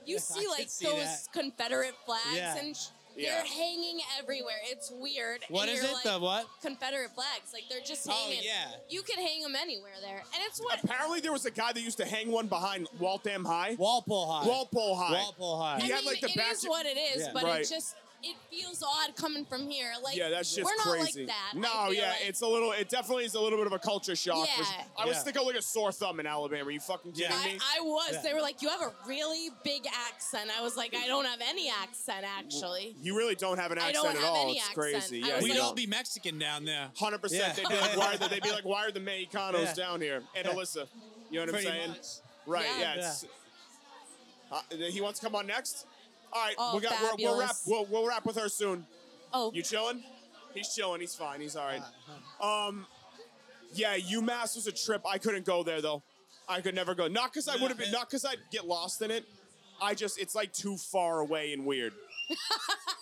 Speaker 4: you see
Speaker 2: I
Speaker 4: like
Speaker 2: could see
Speaker 4: those
Speaker 2: that.
Speaker 4: Confederate flags
Speaker 2: Yeah.
Speaker 4: and sh-
Speaker 1: Yeah.
Speaker 4: they're hanging everywhere. It's weird.
Speaker 2: What
Speaker 4: and
Speaker 2: is
Speaker 4: you're
Speaker 2: it?
Speaker 4: Like,
Speaker 2: the what?
Speaker 4: Confederate flags. Like they're just
Speaker 2: Oh,
Speaker 4: hanging.
Speaker 2: yeah.
Speaker 4: You could hang them anywhere there, and it's what.
Speaker 1: Apparently there was a guy that used to hang one behind Waltham High.
Speaker 2: Walpole High.
Speaker 1: Walpole High.
Speaker 2: Walpole High.
Speaker 1: He
Speaker 4: I
Speaker 1: had,
Speaker 4: mean,
Speaker 1: like, the
Speaker 4: it
Speaker 1: back-
Speaker 4: is what it is,
Speaker 2: Yeah.
Speaker 4: but
Speaker 1: Right.
Speaker 4: it just it feels odd coming from here. Like
Speaker 1: yeah, that's just
Speaker 4: we're not
Speaker 1: crazy.
Speaker 4: like that. I
Speaker 1: No,
Speaker 4: feel
Speaker 1: yeah,
Speaker 4: like.
Speaker 1: it's a little. It definitely is a little bit of a culture shock.
Speaker 4: Yeah.
Speaker 1: which- I was
Speaker 2: Yeah.
Speaker 1: sticking like a sore thumb in Alabama. Are you fucking kidding
Speaker 2: Yeah.
Speaker 1: me?
Speaker 4: I, I was.
Speaker 2: Yeah.
Speaker 4: They were like, "You have a really big accent." I was like, "I don't have any accent, actually."
Speaker 1: you really don't have an
Speaker 4: I
Speaker 1: accent
Speaker 4: don't
Speaker 1: at
Speaker 4: have
Speaker 1: all.
Speaker 4: any
Speaker 1: it's
Speaker 4: accent.
Speaker 1: crazy.
Speaker 4: I
Speaker 1: Yeah, you
Speaker 4: was
Speaker 2: We'd
Speaker 4: like-
Speaker 2: all
Speaker 1: don't.
Speaker 2: be Mexican down there.
Speaker 1: Hundred percent.
Speaker 2: Yeah.
Speaker 1: They'd be like, why are the, they'd be like, why are the Mexicanos
Speaker 2: Yeah.
Speaker 1: down here? And
Speaker 2: Yeah.
Speaker 1: Alyssa, you know what
Speaker 2: Pretty
Speaker 1: I'm saying?
Speaker 2: much.
Speaker 1: Right?
Speaker 4: Yeah.
Speaker 1: Yeah. it's, uh, he wants to come on next. All right,
Speaker 4: Oh,
Speaker 1: we got. We'll, we'll wrap.
Speaker 4: fabulous.
Speaker 1: We'll, we'll wrap with her soon.
Speaker 4: Oh,
Speaker 1: You chilling? He's chilling. He's fine. He's all right.
Speaker 2: Uh,
Speaker 1: Um, yeah, UMass was a trip. I couldn't go there though. I could never go. Not because I would have been. Not because I'd get lost in it. I just. It's like too far away and weird.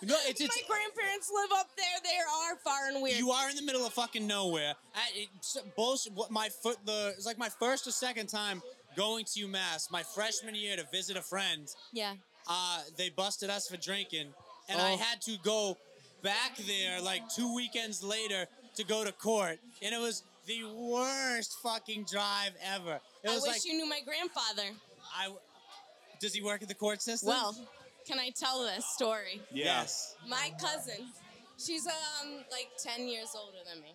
Speaker 2: No, it's, it's,
Speaker 4: my grandparents live up there. They are far and weird.
Speaker 2: you are in the middle of fucking nowhere. I, it's bullshit. What my foot the it's like my first or second time going to UMass. My freshman year to visit a friend.
Speaker 4: yeah.
Speaker 2: Uh, they busted us for drinking, and I
Speaker 4: Oh.
Speaker 2: had to go back there like two weekends later to go to court, and it was the worst fucking drive ever. It
Speaker 4: I
Speaker 2: was
Speaker 4: wish
Speaker 2: like
Speaker 4: you knew my grandfather.
Speaker 2: I. Does he work at the court system?
Speaker 4: Well, can I tell this story?
Speaker 1: Yeah.
Speaker 2: Yes.
Speaker 4: My cousin, she's um like 10 years older than me.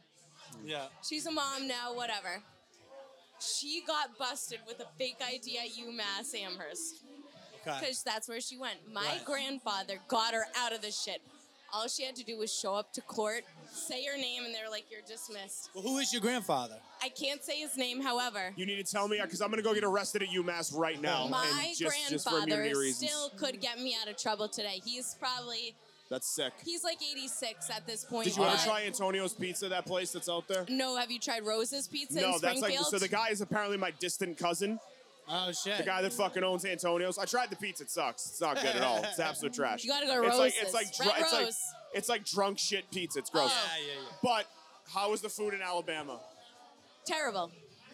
Speaker 2: Yeah.
Speaker 4: She's a mom now, whatever. She got busted with a fake ID at UMass Amherst
Speaker 2: Okay.
Speaker 4: because that's where she went. My
Speaker 2: Uh, Right.
Speaker 4: grandfather got her out of the shit. All she had to do was show up to court, say her name, and they were like, "You're dismissed."
Speaker 2: Well, who is your grandfather?
Speaker 4: I can't say his name, however.
Speaker 1: You need to tell me because I'm gonna go get arrested at UMass right now.
Speaker 4: My
Speaker 1: and just, just for
Speaker 4: grandfather
Speaker 1: immunity reasons.
Speaker 4: still could get me out of trouble today. He's probably
Speaker 1: That's sick.
Speaker 4: He's like 86 at this point.
Speaker 1: Did you ever
Speaker 4: but-
Speaker 1: try Antonio's Pizza, that place that's out there?
Speaker 4: No, have you tried Rose's Pizza in
Speaker 1: No, that's
Speaker 4: Springfield?
Speaker 1: like so. The guy is apparently my distant cousin.
Speaker 2: Oh shit.
Speaker 1: The guy that fucking owns Antonio's. I tried the pizza. It sucks. It's not good at all. It's absolute trash.
Speaker 4: You gotta go
Speaker 1: it's like,
Speaker 4: Rose's.
Speaker 1: it's like
Speaker 4: Red
Speaker 1: it's like
Speaker 4: Rose. Oh.
Speaker 1: it's like drunk shit pizza. It's gross.
Speaker 2: yeah, yeah, yeah.
Speaker 1: But how is the food in Alabama?
Speaker 4: Terrible.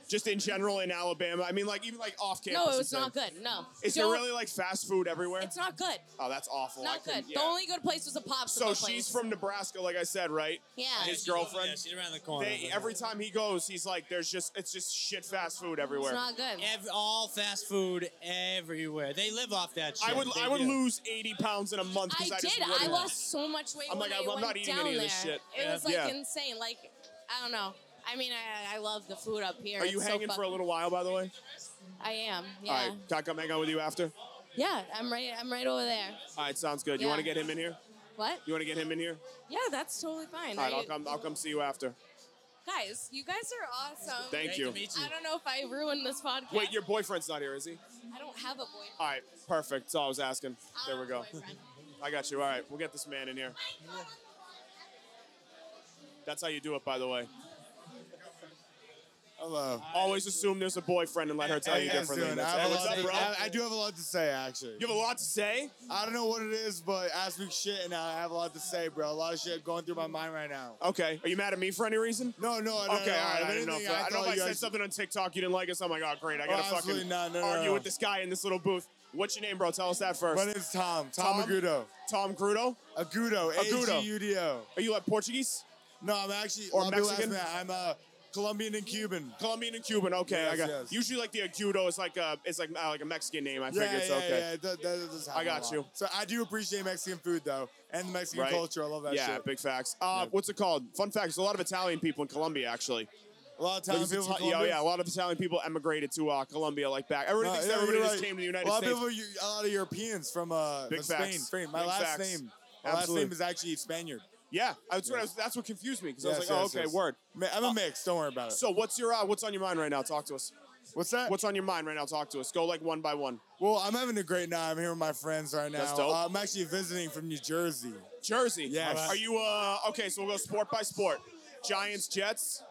Speaker 1: Just in general in Alabama. I mean, like even like off campus.
Speaker 4: No,
Speaker 1: and
Speaker 4: it was not
Speaker 1: stuff.
Speaker 4: good. No.
Speaker 1: Is
Speaker 4: Don't-
Speaker 1: there really like fast food everywhere?
Speaker 4: It's not good.
Speaker 1: oh, that's awful. I
Speaker 4: Not
Speaker 1: couldn't-
Speaker 4: good.
Speaker 1: yeah.
Speaker 4: The only good place was a popsicle
Speaker 1: so
Speaker 4: place.
Speaker 1: she's from Nebraska, like I said, right?
Speaker 4: Yeah.
Speaker 1: His
Speaker 2: She's over-
Speaker 1: girlfriend.
Speaker 2: yeah, she's around the corner.
Speaker 1: They, every time he goes, he's like, "There's just it's just shit fast food everywhere."
Speaker 4: It's not good.
Speaker 2: Ev- all fast food everywhere. They live off that shit.
Speaker 1: I would
Speaker 2: They
Speaker 1: I would
Speaker 2: do.
Speaker 1: lose eighty pounds in a month
Speaker 4: I
Speaker 1: because I,
Speaker 4: did.
Speaker 1: just
Speaker 4: I
Speaker 1: wouldn't.
Speaker 4: lost so much weight
Speaker 1: I'm
Speaker 4: when
Speaker 1: like,
Speaker 4: I
Speaker 1: I'm
Speaker 4: went
Speaker 1: not eating
Speaker 4: down
Speaker 1: any of
Speaker 4: there.
Speaker 1: this shit.
Speaker 4: It
Speaker 2: Yeah.
Speaker 4: was like
Speaker 1: Yeah.
Speaker 4: insane. Like I don't know. I mean, I, I love the food up here.
Speaker 1: Are you
Speaker 4: It's so
Speaker 1: hanging for a
Speaker 4: fucking-
Speaker 1: little while, by the way?
Speaker 4: I am. Yeah.
Speaker 1: All right, can I come hang out with you after?
Speaker 4: Yeah. I'm right. I'm right over there.
Speaker 1: All right, sounds good. You
Speaker 4: Yeah.
Speaker 1: want to get him in here?
Speaker 4: What?
Speaker 1: You want to get him in here?
Speaker 4: Yeah, that's totally fine.
Speaker 1: All right,
Speaker 4: Are
Speaker 1: I'll
Speaker 4: you-
Speaker 1: come. I'll come see you after.
Speaker 4: Guys, you guys are awesome.
Speaker 1: Thank
Speaker 2: Nice
Speaker 1: you.
Speaker 2: to meet
Speaker 4: I don't know if I ruined this podcast.
Speaker 1: Wait, your boyfriend's not here, is he?
Speaker 4: I don't have a boyfriend.
Speaker 1: All right, perfect. That's all I was asking.
Speaker 4: I
Speaker 1: There
Speaker 4: don't
Speaker 1: we
Speaker 4: have
Speaker 1: go.
Speaker 4: a boyfriend.
Speaker 1: I got you. All right, we'll get this man in here. That's how you do it, by the way.
Speaker 5: Hello.
Speaker 1: Always assume there's a boyfriend and let her tell you
Speaker 5: Yes,
Speaker 1: differently.
Speaker 5: dude, I,
Speaker 1: That's-
Speaker 5: have
Speaker 1: hey,
Speaker 5: a
Speaker 1: what's
Speaker 5: lot
Speaker 1: up,
Speaker 5: to-
Speaker 1: bro?
Speaker 5: I- I do have a lot to say, actually.
Speaker 1: You have a lot to say.
Speaker 5: I don't know what it is, but ask me shit, and I have a lot to say, bro. A lot of shit going
Speaker 1: Mm-hmm.
Speaker 5: through my mind right now.
Speaker 1: Okay. Are you mad at me for any reason?
Speaker 5: No, no, no, no,
Speaker 1: Okay,
Speaker 5: no,
Speaker 1: all right.
Speaker 5: if
Speaker 1: I didn't know. If, I,
Speaker 5: anything,
Speaker 1: I don't know
Speaker 5: thought
Speaker 1: if
Speaker 5: you
Speaker 1: I said
Speaker 5: guys-
Speaker 1: something on TikTok you didn't like us. I'm like, oh great, I
Speaker 5: Oh,
Speaker 1: gotta
Speaker 5: absolutely
Speaker 1: fucking
Speaker 5: not. No, no,
Speaker 1: argue
Speaker 5: no.
Speaker 1: with this guy in this little booth. What's your name, bro? Tell us that first.
Speaker 5: My name's Tom. Tom,
Speaker 1: Tom?
Speaker 5: Agudo.
Speaker 1: Tom Crudo.
Speaker 5: Agudo.
Speaker 1: Agudo.
Speaker 5: A-G-U-D-O.
Speaker 1: Are you like Portuguese?
Speaker 5: No, I'm actually.
Speaker 1: Or
Speaker 5: a lot of people ask
Speaker 1: Mexican?
Speaker 5: me that. I'm uh, Colombian and Cuban.
Speaker 1: Colombian and Cuban. Okay,
Speaker 5: Yes,
Speaker 1: I got.
Speaker 5: yes.
Speaker 1: Usually, like the Agudo is like a it's like uh, like a Mexican name. I figure it's
Speaker 5: yeah,
Speaker 1: okay.
Speaker 5: yeah. That, that does happen
Speaker 1: I got
Speaker 5: a lot.
Speaker 1: you.
Speaker 5: So I do appreciate Mexican food, though, and the Mexican
Speaker 1: Right?
Speaker 5: culture. I love that
Speaker 1: yeah,
Speaker 5: shit.
Speaker 1: big facts. Uh, What's it called? Fun fact: there's a lot of Italian people in Colombia, actually.
Speaker 5: A lot of
Speaker 1: Like,
Speaker 5: times people.
Speaker 1: Ita- Oh, yeah, yeah, a lot of Italian people emigrated to uh, Colombia, like back. Everybody thinks everybody just came to the United
Speaker 5: a lot
Speaker 1: States.
Speaker 5: Of people, you- a lot of Europeans from, uh,
Speaker 1: Big
Speaker 5: from Spain.
Speaker 1: facts.
Speaker 5: Spain. My
Speaker 1: Big
Speaker 5: last
Speaker 1: facts.
Speaker 5: name. My
Speaker 1: Absolutely.
Speaker 5: last name is actually Spaniard.
Speaker 1: yeah, I was, I
Speaker 5: Yes.
Speaker 1: was- that's what confused me because I was
Speaker 5: Yes,
Speaker 1: like,
Speaker 5: yes,
Speaker 1: oh, okay,
Speaker 5: yes.
Speaker 1: word.
Speaker 5: Ma- I'm a mix. Don't worry about it.
Speaker 1: So what's your uh, what's on your mind right now? Talk to us.
Speaker 5: What's that?
Speaker 1: What's on your mind right now? Talk to us. Go like one by one.
Speaker 5: well, I'm having a great night. I'm here with my friends right now.
Speaker 1: That's dope.
Speaker 5: Uh, I'm actually visiting from New Jersey.
Speaker 1: Jersey.
Speaker 5: Yes.
Speaker 1: Are you uh okay? So we'll go sport by sport. Giants, Jets,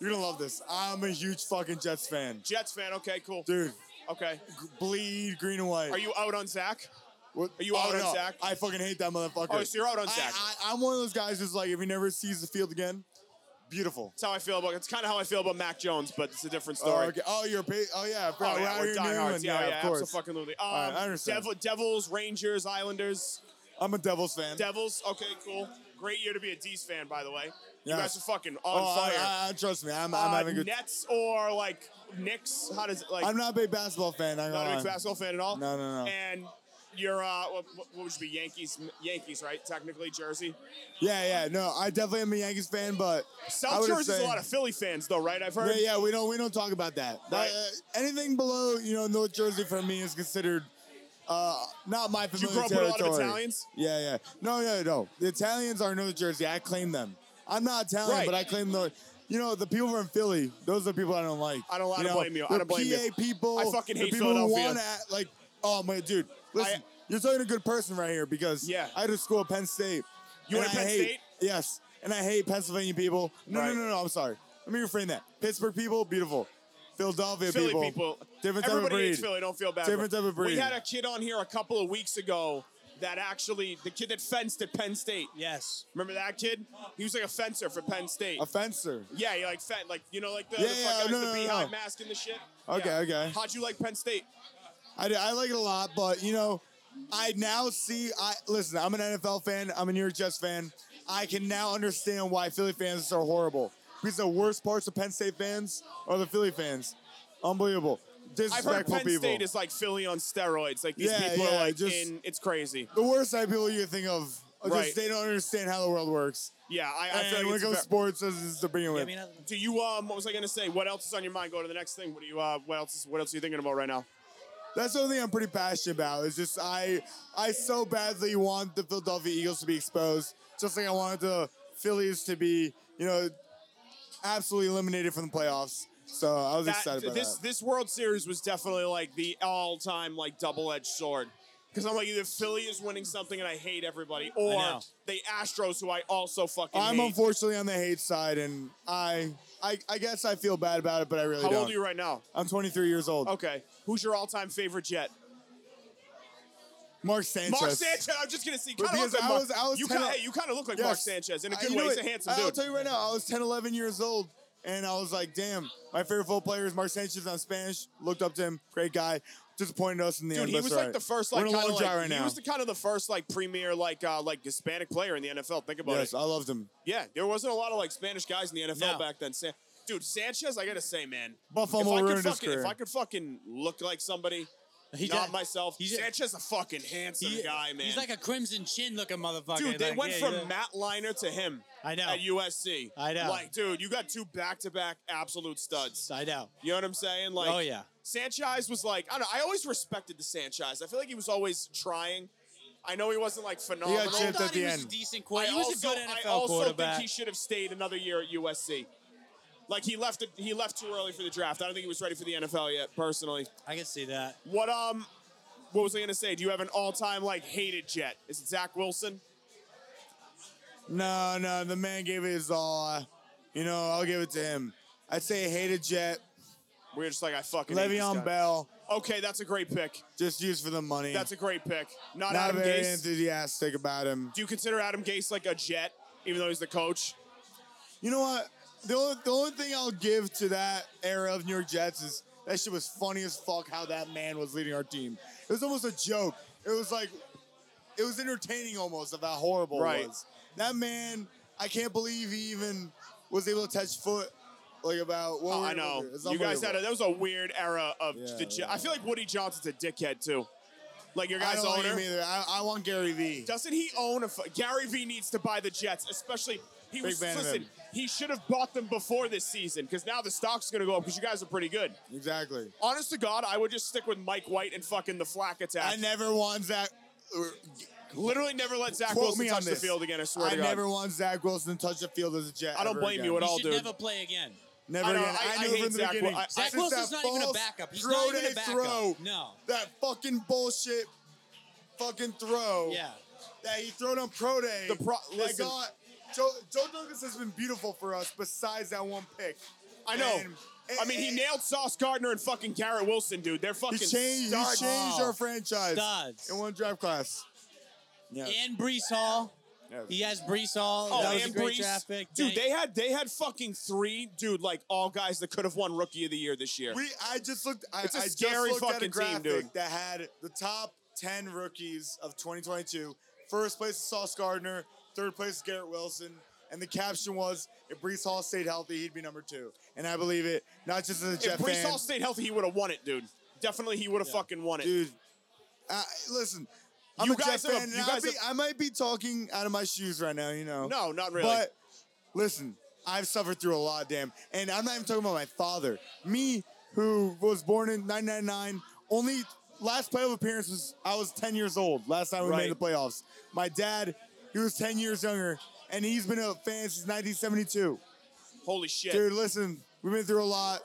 Speaker 5: You're gonna love this. I'm a huge fucking Jets fan,
Speaker 1: Jets fan. Okay, cool.
Speaker 5: dude.
Speaker 1: Okay.
Speaker 5: g- Bleed green and white.
Speaker 1: Are you out on Zach?
Speaker 5: What- Oh,
Speaker 1: are you out on
Speaker 5: no.
Speaker 1: Zach?
Speaker 5: I fucking hate that motherfucker.
Speaker 1: Oh, so you're out on
Speaker 5: I-
Speaker 1: Zach.
Speaker 5: I, I'm one of those guys who's like, if he never sees the field again, beautiful.
Speaker 1: That's how I feel about. It's kind of how I feel about Mac Jones, but it's a different
Speaker 5: Oh,
Speaker 1: story.
Speaker 5: okay. oh, you're a pa- oh yeah, bro.
Speaker 1: Oh, yeah,
Speaker 5: we're
Speaker 1: we're
Speaker 5: out here in New
Speaker 1: diehards.
Speaker 5: England.
Speaker 1: Yeah,
Speaker 5: Yeah,
Speaker 1: yeah,
Speaker 5: of course.
Speaker 1: fucking Um,
Speaker 5: right, I understand.
Speaker 1: Devil, Devils, Rangers, Islanders,
Speaker 5: I'm a Devils fan.
Speaker 1: Devils. Okay, cool. Great year to be a D's fan, by the way. You
Speaker 5: Yeah.
Speaker 1: guys are fucking on
Speaker 5: oh, I-
Speaker 1: fire.
Speaker 5: I, I- trust me, I'm,
Speaker 1: Uh,
Speaker 5: I'm having a good.
Speaker 1: Nets or like Knicks? How does it like?
Speaker 5: I'm not a big basketball fan. I'm
Speaker 1: Not a big basketball fan at all.
Speaker 5: No, no, no.
Speaker 1: And you're uh, what, what would you be? Yankees, Yankees, right? Technically, Jersey.
Speaker 5: Yeah, yeah, no, I definitely am a Yankees fan, but I
Speaker 1: South
Speaker 5: would've
Speaker 1: Jersey's a
Speaker 5: said-
Speaker 1: lot of Philly fans, though, right? I've heard.
Speaker 5: Yeah, yeah, we don't we don't talk about that. That-
Speaker 1: Right.
Speaker 5: uh, anything below, you know, North Jersey for me is considered uh, not my
Speaker 1: you
Speaker 5: familiar
Speaker 1: grow up with a
Speaker 5: territory.
Speaker 1: lot of Italians?
Speaker 5: Yeah, yeah. No, no, no. The Italians are North Jersey. I claim them. I'm not Italian,
Speaker 1: Right.
Speaker 5: but I claim the. You know, the people from Philly, those are the people I don't like.
Speaker 1: I don't- I
Speaker 5: you
Speaker 1: don't
Speaker 5: know,
Speaker 1: blame you. I
Speaker 5: the
Speaker 1: don't blame you.
Speaker 5: PA people.
Speaker 1: I fucking hate
Speaker 5: the people who
Speaker 1: Philadelphia.
Speaker 5: want to like, oh my dude, listen,
Speaker 1: I-
Speaker 5: you're talking a good person right here because
Speaker 1: Yeah.
Speaker 5: I had to school at Penn State.
Speaker 1: You
Speaker 5: and
Speaker 1: went to
Speaker 5: I
Speaker 1: Penn
Speaker 5: hate-
Speaker 1: State?
Speaker 5: Yes, and I hate Pennsylvania people. No,
Speaker 1: Right.
Speaker 5: no, no, no. I'm sorry. Let me reframe that. Pittsburgh people, beautiful. Philadelphia
Speaker 1: Philly
Speaker 5: people,
Speaker 1: people.
Speaker 5: different type of
Speaker 1: Everybody
Speaker 5: breed.
Speaker 1: hates Philly. Don't feel bad.
Speaker 5: Different
Speaker 1: bro.
Speaker 5: type of breed.
Speaker 1: We had a kid on here a couple of weeks ago that actually the kid that fenced at Penn State.
Speaker 2: Yes.
Speaker 1: Remember that kid? He was like a fencer for Penn State.
Speaker 5: A fencer.
Speaker 1: yeah, he like fen- like you know like the,
Speaker 5: Yeah,
Speaker 1: the,
Speaker 5: yeah,
Speaker 1: fucking,
Speaker 5: no,
Speaker 1: the
Speaker 5: no, no,
Speaker 1: beehive
Speaker 5: no.
Speaker 1: mask and the shit.
Speaker 5: Okay,
Speaker 1: Yeah.
Speaker 5: okay.
Speaker 1: How'd you like Penn State?
Speaker 5: I, do- I like it a lot, but you know, I now see. I listen. I'm an NFL fan. I'm a New York Jets fan. I can now understand why Philly fans are so horrible. Because the worst parts of Penn State fans are the Philly fans. Unbelievable,
Speaker 1: I've heard
Speaker 5: disrespectful
Speaker 1: Penn
Speaker 5: people.
Speaker 1: State is like Philly on steroids. Like these
Speaker 5: Yeah,
Speaker 1: people are
Speaker 5: yeah,
Speaker 1: like
Speaker 5: just-
Speaker 1: in. It's crazy.
Speaker 5: the worst type of people you think of. are Just,
Speaker 1: Right.
Speaker 5: They don't understand how the world works.
Speaker 1: Yeah, I, I feel
Speaker 5: And
Speaker 1: like
Speaker 5: when it
Speaker 1: it's
Speaker 5: comes
Speaker 1: ve-
Speaker 5: to sports, this is to begin
Speaker 2: Yeah,
Speaker 5: with.
Speaker 2: I mean, I-
Speaker 1: Do you um? What was I gonna say? What else is on your mind? Go to the next thing. What do you uh? What else? Is, what else are you thinking about right now?
Speaker 5: That's the only thing I'm pretty passionate about. Is just I I so badly want the Philadelphia Eagles to be exposed, just like I wanted the Phillies to be, you know, absolutely eliminated from the playoffs. So I was
Speaker 1: That-
Speaker 5: excited about
Speaker 1: this
Speaker 5: that.
Speaker 1: this World Series was definitely like the all time like double edged sword. Because I'm like, either Philly is winning something and I hate everybody, or
Speaker 2: know.
Speaker 1: the Astros, who I also fucking
Speaker 5: I'm
Speaker 1: hate.
Speaker 5: unfortunately on the hate side, and I, I, I guess I feel bad about it, but I really
Speaker 1: How
Speaker 5: don't.
Speaker 1: old are you right now?
Speaker 5: I'm 23 years old.
Speaker 1: Okay. Who's your all time favorite Jet?
Speaker 5: Mark Sanchez.
Speaker 1: Mark Sanchez. I'm just going to see. Kind of
Speaker 5: Because
Speaker 1: look like
Speaker 5: I
Speaker 1: Mark-
Speaker 5: was- I was
Speaker 1: you kinda,
Speaker 5: kinda-
Speaker 1: hey, you kind of look like
Speaker 5: Yes.
Speaker 1: Mark Sanchez in a
Speaker 5: I-
Speaker 1: good
Speaker 5: you
Speaker 1: way.
Speaker 5: know
Speaker 1: He's a
Speaker 5: what?
Speaker 1: handsome
Speaker 5: I'll
Speaker 1: dude.
Speaker 5: tell you right now, I was 10, 11 years old, and I was like, damn, my favorite football player is Mark Sanchez on Spanish. Looked up to him, great guy. Disappointed us in the
Speaker 1: Dude,
Speaker 5: end.
Speaker 1: he
Speaker 5: but
Speaker 1: was
Speaker 5: it's all
Speaker 1: like
Speaker 5: right.
Speaker 1: the first like
Speaker 5: We're in a
Speaker 1: kind
Speaker 5: long
Speaker 1: of like
Speaker 5: dry right
Speaker 1: he
Speaker 5: now.
Speaker 1: was the kind of the first like premier like uh, like Hispanic player in the NFL. Think about
Speaker 5: yes,
Speaker 1: it.
Speaker 5: I loved him.
Speaker 1: Yeah, there wasn't a lot of like Spanish guys in the NFL
Speaker 2: No.
Speaker 1: back then. Sa- Dude, Sanchez, I gotta say, man,
Speaker 5: Buffalo
Speaker 1: if I could
Speaker 5: ruined his
Speaker 1: fucking,
Speaker 5: career.
Speaker 1: If I could fucking look like somebody,
Speaker 2: He
Speaker 1: not
Speaker 2: did.
Speaker 1: myself,
Speaker 2: He did.
Speaker 1: Sanchez a fucking handsome
Speaker 2: He-
Speaker 1: guy, man.
Speaker 2: He's like a crimson chin looking motherfucker.
Speaker 1: Dude, they
Speaker 2: Like,
Speaker 1: went
Speaker 2: yeah,
Speaker 1: from
Speaker 2: yeah.
Speaker 1: Matt Liner to him
Speaker 2: I know.
Speaker 1: at USC.
Speaker 2: I know.
Speaker 1: Like, dude, you got two back-to-back absolute studs.
Speaker 2: I know.
Speaker 1: You know what I'm saying? Like,
Speaker 2: oh yeah.
Speaker 1: Sanchez was like, I don't know. I always respected the Sanchez. I feel like he was always trying. I know he wasn't like phenomenal.
Speaker 5: chipped
Speaker 2: I
Speaker 5: at
Speaker 2: thought
Speaker 5: the
Speaker 2: he was
Speaker 5: end.
Speaker 2: a decent
Speaker 1: I
Speaker 2: quarterback. He was
Speaker 1: also,
Speaker 2: a good NFL
Speaker 1: I also
Speaker 2: quarterback.
Speaker 1: think he should have stayed another year at USC. Like he left, it- he left too early for the draft. I don't think he was ready for the NFL yet, personally.
Speaker 2: I can see that.
Speaker 1: What um, what was I gonna say? Do you have an all-time like hated Jet? Is it Zach Wilson?
Speaker 5: No, no, the man gave it his all. Uh, you know, I'll give it to him. I'd say hated Jet,
Speaker 1: We're just like I fucking hate this guy.
Speaker 5: Le'Veon Bell,
Speaker 1: Okay, that's a great pick.
Speaker 5: just used for the money.
Speaker 1: That's a great pick. Not,
Speaker 5: not
Speaker 1: Adam
Speaker 5: very
Speaker 1: Gase.
Speaker 5: enthusiastic about him.
Speaker 1: Do you consider Adam Gase like a Jet, even though he's the coach?
Speaker 5: You know what? The only, the only thing I'll give to that era of New York Jets is that shit was funny as fuck how that man was leading our team. It was almost a joke. It was like, it was entertaining almost of how horrible
Speaker 1: Right.
Speaker 5: it was. That man, I can't believe he even was able to touch foot like about what
Speaker 1: Oh,
Speaker 5: were-
Speaker 1: I know.
Speaker 5: it's
Speaker 1: You guys had
Speaker 5: unbelievable.
Speaker 1: a, that was a weird era of
Speaker 5: Yeah,
Speaker 1: the. Jet.
Speaker 5: yeah.
Speaker 1: I feel like Woody Johnson's a dickhead too. Like your
Speaker 5: I
Speaker 1: guy's
Speaker 5: don't like
Speaker 1: owner.
Speaker 5: him either. I, I want Gary V.
Speaker 1: Doesn't he own a? F- Gary V needs to buy the Jets, especially he
Speaker 5: Big
Speaker 1: was.
Speaker 5: fan of
Speaker 1: Listen,
Speaker 5: him.
Speaker 1: he should have bought them before this season because now the stock's going to go up because you guys are pretty good.
Speaker 5: Exactly.
Speaker 1: Honest to God, I would just stick with Mike White and fucking the Flack attack.
Speaker 5: I never want Zach. or-
Speaker 1: Literally, never let Zach
Speaker 5: Quote
Speaker 1: Wilson
Speaker 5: me on
Speaker 1: touch the
Speaker 5: this.
Speaker 1: field again. I swear
Speaker 5: I
Speaker 1: to God.
Speaker 5: never want Zach Wilson to touch the field as a Jet.
Speaker 1: I don't
Speaker 5: ever
Speaker 1: blame you at
Speaker 5: again.
Speaker 2: He
Speaker 1: all,
Speaker 2: should
Speaker 1: dude.
Speaker 2: never play again.
Speaker 5: Never
Speaker 1: I know,
Speaker 5: again.
Speaker 1: I-
Speaker 5: I,
Speaker 1: I
Speaker 5: knew
Speaker 1: hate
Speaker 5: from the
Speaker 1: Zach
Speaker 5: beginning.
Speaker 1: Wil- I-
Speaker 2: Zach
Speaker 5: Since
Speaker 2: Wilson's
Speaker 5: that
Speaker 2: not even a
Speaker 5: false
Speaker 2: backup. He's not even a
Speaker 5: throw-day
Speaker 2: backup.
Speaker 5: Throw,
Speaker 2: No.
Speaker 5: That fucking bullshit fucking
Speaker 1: Oh.
Speaker 5: throw
Speaker 2: Yeah.
Speaker 5: that he thrown on pro day.
Speaker 1: The pro-
Speaker 5: that
Speaker 1: listen.
Speaker 5: got- Joe, Joe Douglas has been beautiful for us besides that one pick.
Speaker 1: I know.
Speaker 5: And- and-
Speaker 1: I mean, he
Speaker 5: and-
Speaker 1: nailed Sauce Gardner and fucking Garrett Wilson, dude. They're
Speaker 5: He
Speaker 1: fucking
Speaker 5: changed, he
Speaker 1: studs.
Speaker 5: changed
Speaker 2: Oh.
Speaker 5: our franchise
Speaker 2: Studs.
Speaker 5: in one draft class. Yeah.
Speaker 2: And Brees Hall.
Speaker 5: Yeah.
Speaker 2: He has Brees Hall.
Speaker 1: Oh,
Speaker 2: that was
Speaker 1: and
Speaker 2: a great
Speaker 1: Brees.
Speaker 2: draft pick.
Speaker 1: Dude,
Speaker 2: Thank-
Speaker 1: they had they had fucking three, dude, like all guys that could have won Rookie of the Year this year.
Speaker 5: We, I just looked. I,
Speaker 1: It's a
Speaker 5: I
Speaker 1: scary
Speaker 5: just looked at
Speaker 1: fucking
Speaker 5: a
Speaker 1: team,
Speaker 5: graphic
Speaker 1: dude.
Speaker 5: that had the top ten rookies of 2022. First place is Sauce Gardner. Third place is Garrett Wilson. And the caption was, "If Brees Hall stayed healthy, he'd be number two. And I believe it. Not just as a Jet
Speaker 1: if Brees
Speaker 5: fan,
Speaker 1: Hall stayed healthy, he would have won it, dude. Definitely, he would have fucking won it.
Speaker 5: dude. I listen, I'm
Speaker 1: You
Speaker 5: a Jet
Speaker 1: guys have a-
Speaker 5: fan. and
Speaker 1: you
Speaker 5: I
Speaker 1: guys
Speaker 5: be,
Speaker 1: have-
Speaker 5: I might be talking out of my shoes right now. You know.
Speaker 1: No, not really.
Speaker 5: But listen, I've suffered through a lot, damn. And I'm not even talking about my father. Me, who was born in 1999, only last playoff appearance was I was 10 years old. Last time we
Speaker 1: Right.
Speaker 5: made the playoffs. My dad, he was 10 years younger, and he's been a fan since 1972.
Speaker 1: Holy shit.
Speaker 5: Dude, listen, we've been through a lot.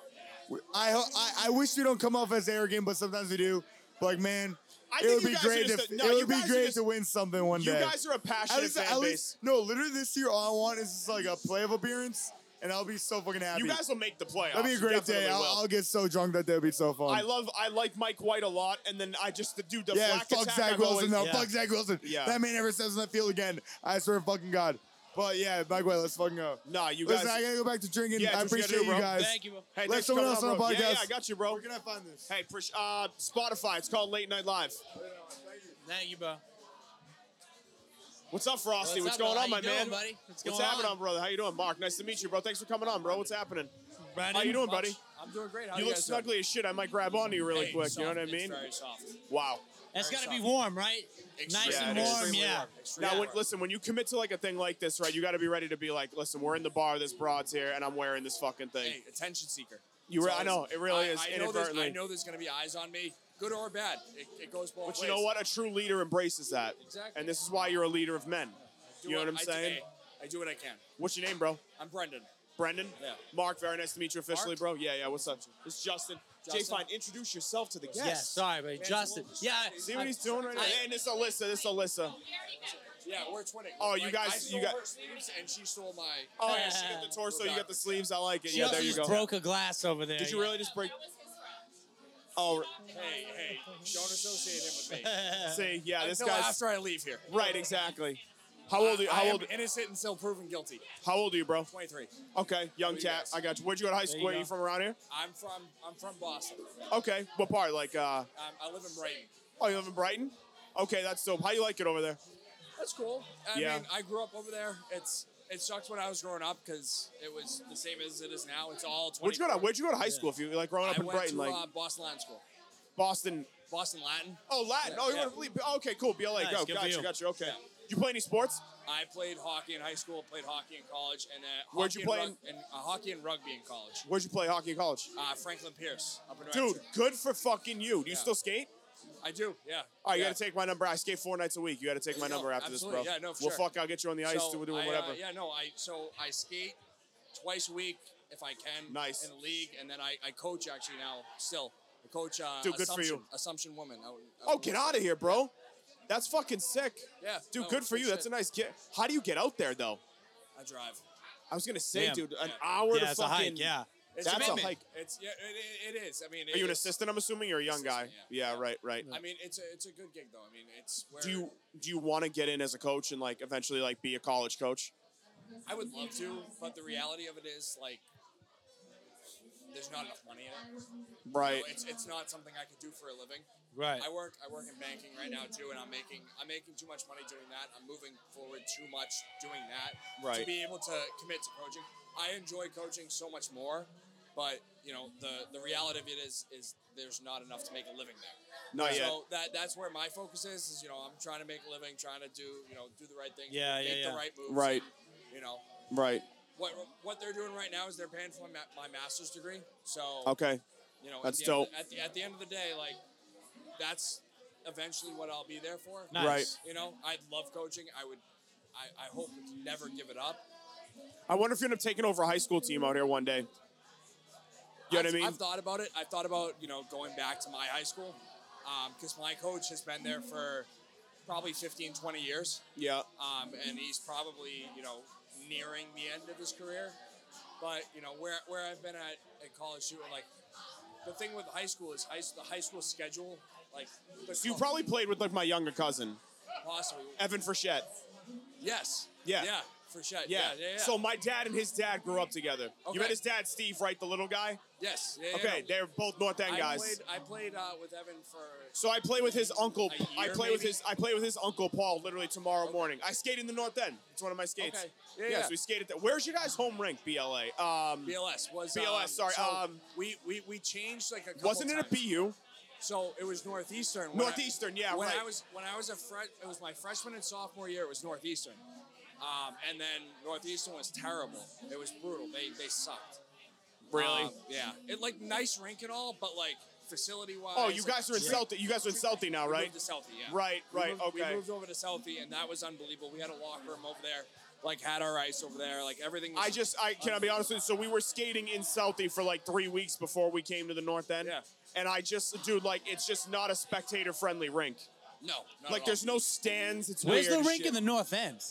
Speaker 5: We- I, ho- I I wish we don't come off as arrogant, but sometimes we do. But like, man,
Speaker 1: I
Speaker 5: it
Speaker 1: think
Speaker 5: would
Speaker 1: you
Speaker 5: be
Speaker 1: guys are
Speaker 5: great.
Speaker 1: just
Speaker 5: If,
Speaker 1: a- no,
Speaker 5: it
Speaker 1: you
Speaker 5: would be
Speaker 1: guys are
Speaker 5: great
Speaker 1: just-
Speaker 5: to win something one
Speaker 1: you
Speaker 5: day.
Speaker 1: guys are a passionate
Speaker 5: At least,
Speaker 1: fan
Speaker 5: at
Speaker 1: base.
Speaker 5: least, no. Literally, this year, all I want is just like a playoff appearance, and I'll be so fucking happy.
Speaker 1: You guys will make the playoffs.
Speaker 5: That'd be a
Speaker 1: You
Speaker 5: great
Speaker 1: definitely
Speaker 5: day. I'll,
Speaker 1: will.
Speaker 5: I'll get so drunk that day would be so fun.
Speaker 1: I love, I like Mike White a lot, and then I just the dude, the
Speaker 5: yeah,
Speaker 1: Flack
Speaker 5: fuck
Speaker 1: attack,
Speaker 5: Zach
Speaker 1: I've
Speaker 5: Wilson.
Speaker 1: always-
Speaker 5: No,
Speaker 2: Yeah.
Speaker 5: fuck Zach Wilson.
Speaker 1: Yeah.
Speaker 5: That man never steps on that field again. I swear, to fucking god. But yeah, by the way, let's fucking go.
Speaker 1: Nah, you guys.
Speaker 5: Listen, I gotta go back to drinking.
Speaker 1: Yeah,
Speaker 5: I
Speaker 1: that's what you gotta
Speaker 5: appreciate
Speaker 1: do,
Speaker 5: you
Speaker 1: bro.
Speaker 5: guys.
Speaker 2: Thank you.
Speaker 1: hey,
Speaker 5: let
Speaker 1: thanks for
Speaker 5: someone
Speaker 1: coming
Speaker 5: else
Speaker 1: on,
Speaker 5: on
Speaker 1: bro.
Speaker 5: the
Speaker 1: Yeah, yeah,
Speaker 5: podcast.
Speaker 1: I got you, bro.
Speaker 5: Where can I find this?
Speaker 1: Hey, pres- uh, Spotify. It's called Late Night Live.
Speaker 2: Thank you, bro.
Speaker 1: What's up, Frosty? What's,
Speaker 2: What's
Speaker 1: going
Speaker 2: up, bro?
Speaker 1: on,
Speaker 2: How
Speaker 1: my
Speaker 2: you doing,
Speaker 1: man?
Speaker 2: buddy? What's going
Speaker 1: happening,
Speaker 2: on?
Speaker 1: on, brother? How you doing, Mark? Nice to meet you, bro. Thanks for coming on, bro. What's happening?
Speaker 2: Brandon,
Speaker 1: How you doing,
Speaker 2: much-
Speaker 1: buddy?
Speaker 6: I'm doing great. How
Speaker 1: You
Speaker 6: you
Speaker 1: look
Speaker 6: guys doing?
Speaker 1: snuggly as shit. I might grab onto you really
Speaker 6: Hey,
Speaker 1: quick.
Speaker 6: soft.
Speaker 1: You know what I
Speaker 6: It's
Speaker 1: mean?
Speaker 6: very soft.
Speaker 1: Wow.
Speaker 2: That's got
Speaker 6: Very
Speaker 2: to be
Speaker 6: soft.
Speaker 2: warm, right? nice
Speaker 1: Yeah,
Speaker 2: and
Speaker 1: it is.
Speaker 2: warm.
Speaker 6: Extremely
Speaker 2: Yeah.
Speaker 6: Extremely
Speaker 1: Now, when,
Speaker 6: warm.
Speaker 1: listen, when you commit to like a thing like this, right, you got to be ready to be like, listen, we're in the bar, this broad's here, and I'm wearing this fucking thing.
Speaker 6: Hey, attention seeker.
Speaker 1: You
Speaker 6: It's
Speaker 1: re- I know, it really
Speaker 6: I-
Speaker 1: is,
Speaker 6: I know, there's,
Speaker 1: inadvertently.
Speaker 6: I know there's going to be eyes on me, good or bad. It, it goes both
Speaker 1: but
Speaker 6: ways.
Speaker 1: you know what? A true leader embraces that.
Speaker 6: Exactly.
Speaker 1: And this is why you're a leader of men.
Speaker 6: Do
Speaker 1: you know what I'm
Speaker 6: I do-
Speaker 1: saying?
Speaker 6: hey, I do what I can.
Speaker 1: What's your name, bro?
Speaker 6: I'm Brendan.
Speaker 1: Brendan?
Speaker 6: Yeah.
Speaker 1: Mark, very nice to meet you officially,
Speaker 6: Mark?
Speaker 1: bro. Yeah, yeah, what's up? It's Justin. Jay
Speaker 6: Justin?
Speaker 1: Fine, introduce yourself to the guests.
Speaker 2: Yes. sorry, buddy.
Speaker 6: it's a
Speaker 2: Justin.
Speaker 6: little
Speaker 2: Yeah.
Speaker 6: distracting.
Speaker 1: See what he's doing right now?
Speaker 2: I-
Speaker 1: and it's Alyssa. This is Alyssa.
Speaker 6: Yeah, we're twinning.
Speaker 1: Oh, you guys-
Speaker 6: I stole
Speaker 1: you got-
Speaker 6: her sleeves and she stole my.
Speaker 1: Oh, yeah, she got the torso, you got the sleeves. I like it.
Speaker 2: She
Speaker 1: yeah,
Speaker 2: also
Speaker 1: there you
Speaker 2: just
Speaker 1: go.
Speaker 2: broke a glass over there.
Speaker 1: Did you really just break? Oh,
Speaker 6: Hey, hey, don't associate him with me.
Speaker 1: see, yeah, this
Speaker 6: Until
Speaker 1: guy's
Speaker 6: after I leave here.
Speaker 1: right, exactly. How old are you?
Speaker 6: I
Speaker 1: How
Speaker 6: am
Speaker 1: old?
Speaker 6: innocent until proven guilty.
Speaker 1: How old are you, bro?
Speaker 6: 23.
Speaker 1: Okay, young
Speaker 6: you
Speaker 1: cat.
Speaker 6: guys?
Speaker 1: I got you. Where'd you go to high school?
Speaker 2: you
Speaker 1: Where are you
Speaker 2: go.
Speaker 1: from around here?
Speaker 6: I'm from I'm from Boston.
Speaker 1: Okay, what part? Like, uh,
Speaker 6: Um, I live in Brighton.
Speaker 1: oh, you live in Brighton? Okay, that's dope. How you like it over there?
Speaker 6: That's cool. I
Speaker 1: Yeah.
Speaker 6: mean, I grew up over there. It's it sucked when I was growing up because it was the same as it is now. It's all 20.
Speaker 1: Where'd you go to? Where'd you go to high school? If you like growing
Speaker 6: I
Speaker 1: up in
Speaker 6: went
Speaker 1: Brighton,
Speaker 6: to
Speaker 1: like
Speaker 6: uh, Boston Latin School.
Speaker 1: Boston.
Speaker 6: Boston Latin.
Speaker 1: Oh, Latin.
Speaker 6: Yeah,
Speaker 1: Oh, you
Speaker 6: yeah.
Speaker 1: want to leave? Okay, cool. BLA.
Speaker 2: Nice,
Speaker 1: go.
Speaker 2: good
Speaker 1: Gotcha.
Speaker 2: for you.
Speaker 1: Gotcha. Okay.
Speaker 6: Yeah.
Speaker 1: You play any sports?
Speaker 6: I played hockey in high school. Played hockey in college, and uh,
Speaker 1: Where'd you
Speaker 6: hockey
Speaker 1: play
Speaker 6: And, rug- and, uh, hockey and rugby in college.
Speaker 1: Where'd you play hockey in college?
Speaker 6: Uh, Franklin Pierce up in
Speaker 1: Dude,
Speaker 6: Rancho.
Speaker 1: good for fucking you. Do you
Speaker 6: Yeah.
Speaker 1: still skate?
Speaker 6: I do. Yeah.
Speaker 1: Oh, you
Speaker 6: yeah.
Speaker 1: gotta take my number. I skate four nights a week. You gotta take my
Speaker 6: No,
Speaker 1: number after this,
Speaker 6: absolutely.
Speaker 1: bro.
Speaker 6: Yeah, no, for
Speaker 1: well,
Speaker 6: sure.
Speaker 1: fuck, I'll get you on the ice.
Speaker 6: So
Speaker 1: we're doing
Speaker 6: I, uh,
Speaker 1: whatever.
Speaker 6: yeah, no, I so I skate twice a week if I can.
Speaker 1: Nice.
Speaker 6: in the league, and then I, I coach actually now still. I coach. Uh,
Speaker 1: Dude, good for you.
Speaker 6: Assumption, Assumption woman. Out, in- out
Speaker 1: Oh,
Speaker 6: in
Speaker 1: get
Speaker 6: Worcester.
Speaker 1: out of here, bro. That's fucking sick.
Speaker 6: Yeah,
Speaker 1: Dude,
Speaker 6: no,
Speaker 1: good for you.
Speaker 6: shit.
Speaker 1: That's a nice get. How do you get out there though?
Speaker 6: I drive.
Speaker 1: I was gonna say,
Speaker 2: Damn.
Speaker 1: dude, an
Speaker 6: Yeah.
Speaker 1: hour
Speaker 2: yeah,
Speaker 1: to
Speaker 2: it's a
Speaker 1: fucking.
Speaker 2: hike. Yeah.
Speaker 6: It's
Speaker 1: That's a
Speaker 6: commitment.
Speaker 1: hike.
Speaker 6: It's yeah, it, it, it is. I mean,
Speaker 1: Are you an
Speaker 6: it's-
Speaker 1: assistant? I'm assuming you're a young guy.
Speaker 6: Assistant,
Speaker 1: Yeah, right, right.
Speaker 6: I mean, it's a it's a good gig though. I mean, it's where
Speaker 1: Do you do you want to get in as a coach and like eventually like be a college coach?
Speaker 6: I would love to, but the reality of it is like. There's not enough money in it.
Speaker 1: Right.
Speaker 6: So it's, it's not something I could do for a living.
Speaker 2: Right.
Speaker 6: I work I work in banking right now too, and I'm making I'm making too much money doing that. I'm moving forward too much doing that
Speaker 1: Right.
Speaker 6: to be able to commit to coaching. I enjoy coaching so much more, but you know the the reality of it is is there's not enough to make a living there.
Speaker 1: Not
Speaker 6: so
Speaker 1: yet.
Speaker 6: that that's where my focus is. Is you know I'm trying to make a living, trying to do you know do the right thing,
Speaker 2: Yeah,
Speaker 6: make
Speaker 2: yeah, yeah.
Speaker 6: the right moves,
Speaker 1: Right.
Speaker 6: You know
Speaker 1: Right.
Speaker 6: what what they're doing right now is they're paying for my, my master's degree. So
Speaker 1: Okay.
Speaker 6: you know,
Speaker 1: That's
Speaker 6: at the end of-
Speaker 1: dope.
Speaker 6: at, the, at the end of the day, like that's eventually what I'll be there for.
Speaker 2: Nice.
Speaker 1: Right.
Speaker 6: You know, I love coaching. I would, I, I hope to never give it up.
Speaker 1: I wonder if you end up taking over a high school team out here one day. You know what I
Speaker 6: I've-
Speaker 1: mean?
Speaker 6: I've thought about it. I've thought about you know going back to my high school because my coach has been there for probably 15, 20 years,
Speaker 1: yeah.
Speaker 6: um, and he's probably you know nearing the end of his career. But you know where where I've been at at college too, and like the thing with high school is high, the high school schedule. Like
Speaker 1: So you probably played with like my younger cousin,
Speaker 6: possibly
Speaker 1: Evan Frechette.
Speaker 6: Yes.
Speaker 1: Yeah.
Speaker 6: Yeah, for sure.
Speaker 1: Yeah.
Speaker 6: Yeah. yeah, yeah.
Speaker 1: So my dad and his dad grew up together.
Speaker 6: Okay.
Speaker 1: You met his dad, Steve, right? The little guy.
Speaker 6: yes. Yeah, yeah,
Speaker 1: okay,
Speaker 6: no.
Speaker 1: they're both North End
Speaker 6: I
Speaker 1: guys.
Speaker 6: Played, I played uh, with Evan for.
Speaker 1: so I play with his uncle.
Speaker 6: A year,
Speaker 1: I play with
Speaker 6: maybe?
Speaker 1: his. I play with his uncle Paul literally tomorrow morning. I skate in the North End. It's one of my skates.
Speaker 6: Okay. Yeah, yeah.
Speaker 1: So we skated there. Where's your guys' home rink? BLA. Um,
Speaker 6: BLS was
Speaker 1: BLS,
Speaker 6: um,
Speaker 1: sorry,
Speaker 6: So
Speaker 1: um,
Speaker 6: we, we we changed like a couple
Speaker 1: wasn't it a
Speaker 6: times.
Speaker 1: BU?
Speaker 6: So it was Northeastern. When
Speaker 1: Northeastern,
Speaker 6: I,
Speaker 1: yeah,
Speaker 6: When
Speaker 1: right.
Speaker 6: I was when I was a fresh, it was my freshman and sophomore year. It was Northeastern, um, and then Northeastern was terrible. It was brutal. They they sucked. Um, yeah. It like nice rink and all, but like facility wise.
Speaker 1: oh, you guys are in Celtic. You guys are in Celtic now,
Speaker 6: We
Speaker 1: right?
Speaker 6: moved to Southie, yeah.
Speaker 1: Right,
Speaker 6: We
Speaker 1: right,
Speaker 6: moved-
Speaker 1: okay.
Speaker 6: We moved over to Southie, and that was unbelievable. We had a locker room over there, like had our ice over there, like everything. Was,
Speaker 1: I just, I can I be honest with you. So we were skating in Southie for like three weeks before we came to the North End.
Speaker 6: Yeah.
Speaker 1: And I just, dude, like it's just not a spectator-friendly rink.
Speaker 6: no, not
Speaker 1: Like
Speaker 6: at
Speaker 1: there's
Speaker 6: all.
Speaker 1: no stands. It's
Speaker 2: Where's
Speaker 1: weird
Speaker 2: the
Speaker 1: as
Speaker 2: rink
Speaker 1: shit.
Speaker 2: in the north end?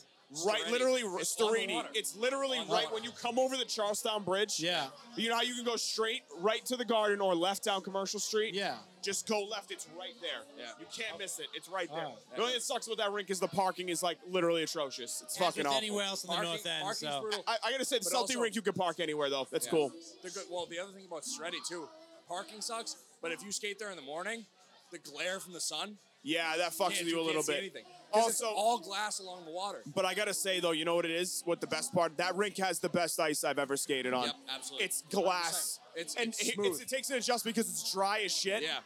Speaker 1: Right,
Speaker 6: Storini.
Speaker 1: literally,
Speaker 6: It's on the
Speaker 1: Storini.
Speaker 6: water.
Speaker 1: It's literally
Speaker 6: On the
Speaker 1: right
Speaker 6: water.
Speaker 1: when you come over the Charlestown Bridge.
Speaker 2: Yeah.
Speaker 1: You know how you can go straight right to the garden or left down Commercial Street?
Speaker 2: Yeah.
Speaker 1: Just go left, it's right there.
Speaker 6: Yeah. Oh,
Speaker 1: You can't miss it. It's right there.
Speaker 2: Alright.
Speaker 1: The only thing that sucks about that rink is the parking is like literally atrocious. It's
Speaker 2: As
Speaker 1: fucking
Speaker 2: with
Speaker 1: awful.
Speaker 2: anywhere else in the
Speaker 6: Parking-
Speaker 2: north end.
Speaker 6: parking's
Speaker 2: So.
Speaker 6: brutal.
Speaker 1: I, I gotta say, the
Speaker 6: But
Speaker 1: Southie
Speaker 6: also-
Speaker 1: rink you could park anywhere though. That's
Speaker 6: Yeah.
Speaker 1: cool.
Speaker 6: The good. Well, the other thing about Shreddy too, parking sucks. But if you skate there in the morning, the glare from the sun
Speaker 1: Yeah, that fucks
Speaker 6: can't,
Speaker 1: with you a little
Speaker 6: can't see
Speaker 1: bit.
Speaker 6: anything. 'Cause it's
Speaker 1: Also,
Speaker 6: all glass along the water.
Speaker 1: but I gotta say though, you know what it is? What the best part? That rink has the best ice I've ever skated on.
Speaker 6: Yep, absolutely.
Speaker 1: It's glass.
Speaker 6: 100%. It's-
Speaker 1: and
Speaker 6: it's
Speaker 1: it-
Speaker 6: smooth.
Speaker 1: it takes an adjustment because it's dry as shit.
Speaker 6: Yeah.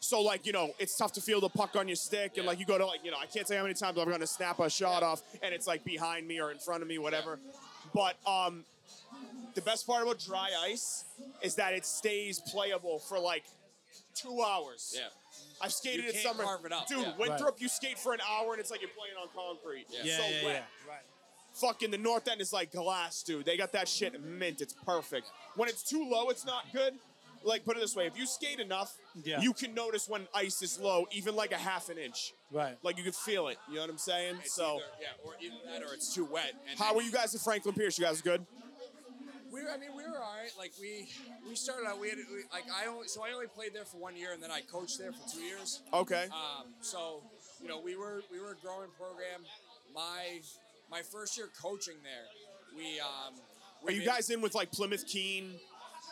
Speaker 1: So like you know, it's tough to feel the puck on your stick, and
Speaker 6: Yeah.
Speaker 1: like you go to like you know, I can't say how many times I'm gonna snap a shot
Speaker 6: Yeah.
Speaker 1: off, and it's like behind me or in front of me, whatever. But um, the best part about dry ice is that it stays playable for like two hours.
Speaker 6: Yeah.
Speaker 1: I've skated
Speaker 6: You
Speaker 1: at
Speaker 6: can't
Speaker 1: summer,
Speaker 6: carve it up,
Speaker 1: dude.
Speaker 6: yeah.
Speaker 1: Winthrop, you skate for an hour, and it's like you're playing on concrete.
Speaker 6: Yeah.
Speaker 1: It's
Speaker 2: Yeah,
Speaker 1: so
Speaker 2: yeah,
Speaker 1: wet. Fucking the north end is like glass, dude. They got that shit mint. It's perfect. When it's too low, it's not good. like put it this way: if you skate enough,
Speaker 2: Yeah.
Speaker 1: you can notice when ice is low, even like a half an inch.
Speaker 2: Right.
Speaker 1: Like you can feel it. You know what I'm saying?
Speaker 6: It's
Speaker 1: so,
Speaker 6: either- yeah, or either that or it's too wet. And
Speaker 1: how were you guys at Franklin Pierce? You guys good?
Speaker 6: We, I mean, we were all right. Like we, we started out. We had we, like I only so I only played there for one year, and then I coached there for two years.
Speaker 1: Okay.
Speaker 6: Um, so you know, we were we were a growing program. My my first year coaching there, we.
Speaker 1: Are
Speaker 6: Um, we
Speaker 1: you
Speaker 6: made-
Speaker 1: guys in with like Plymouth Keen?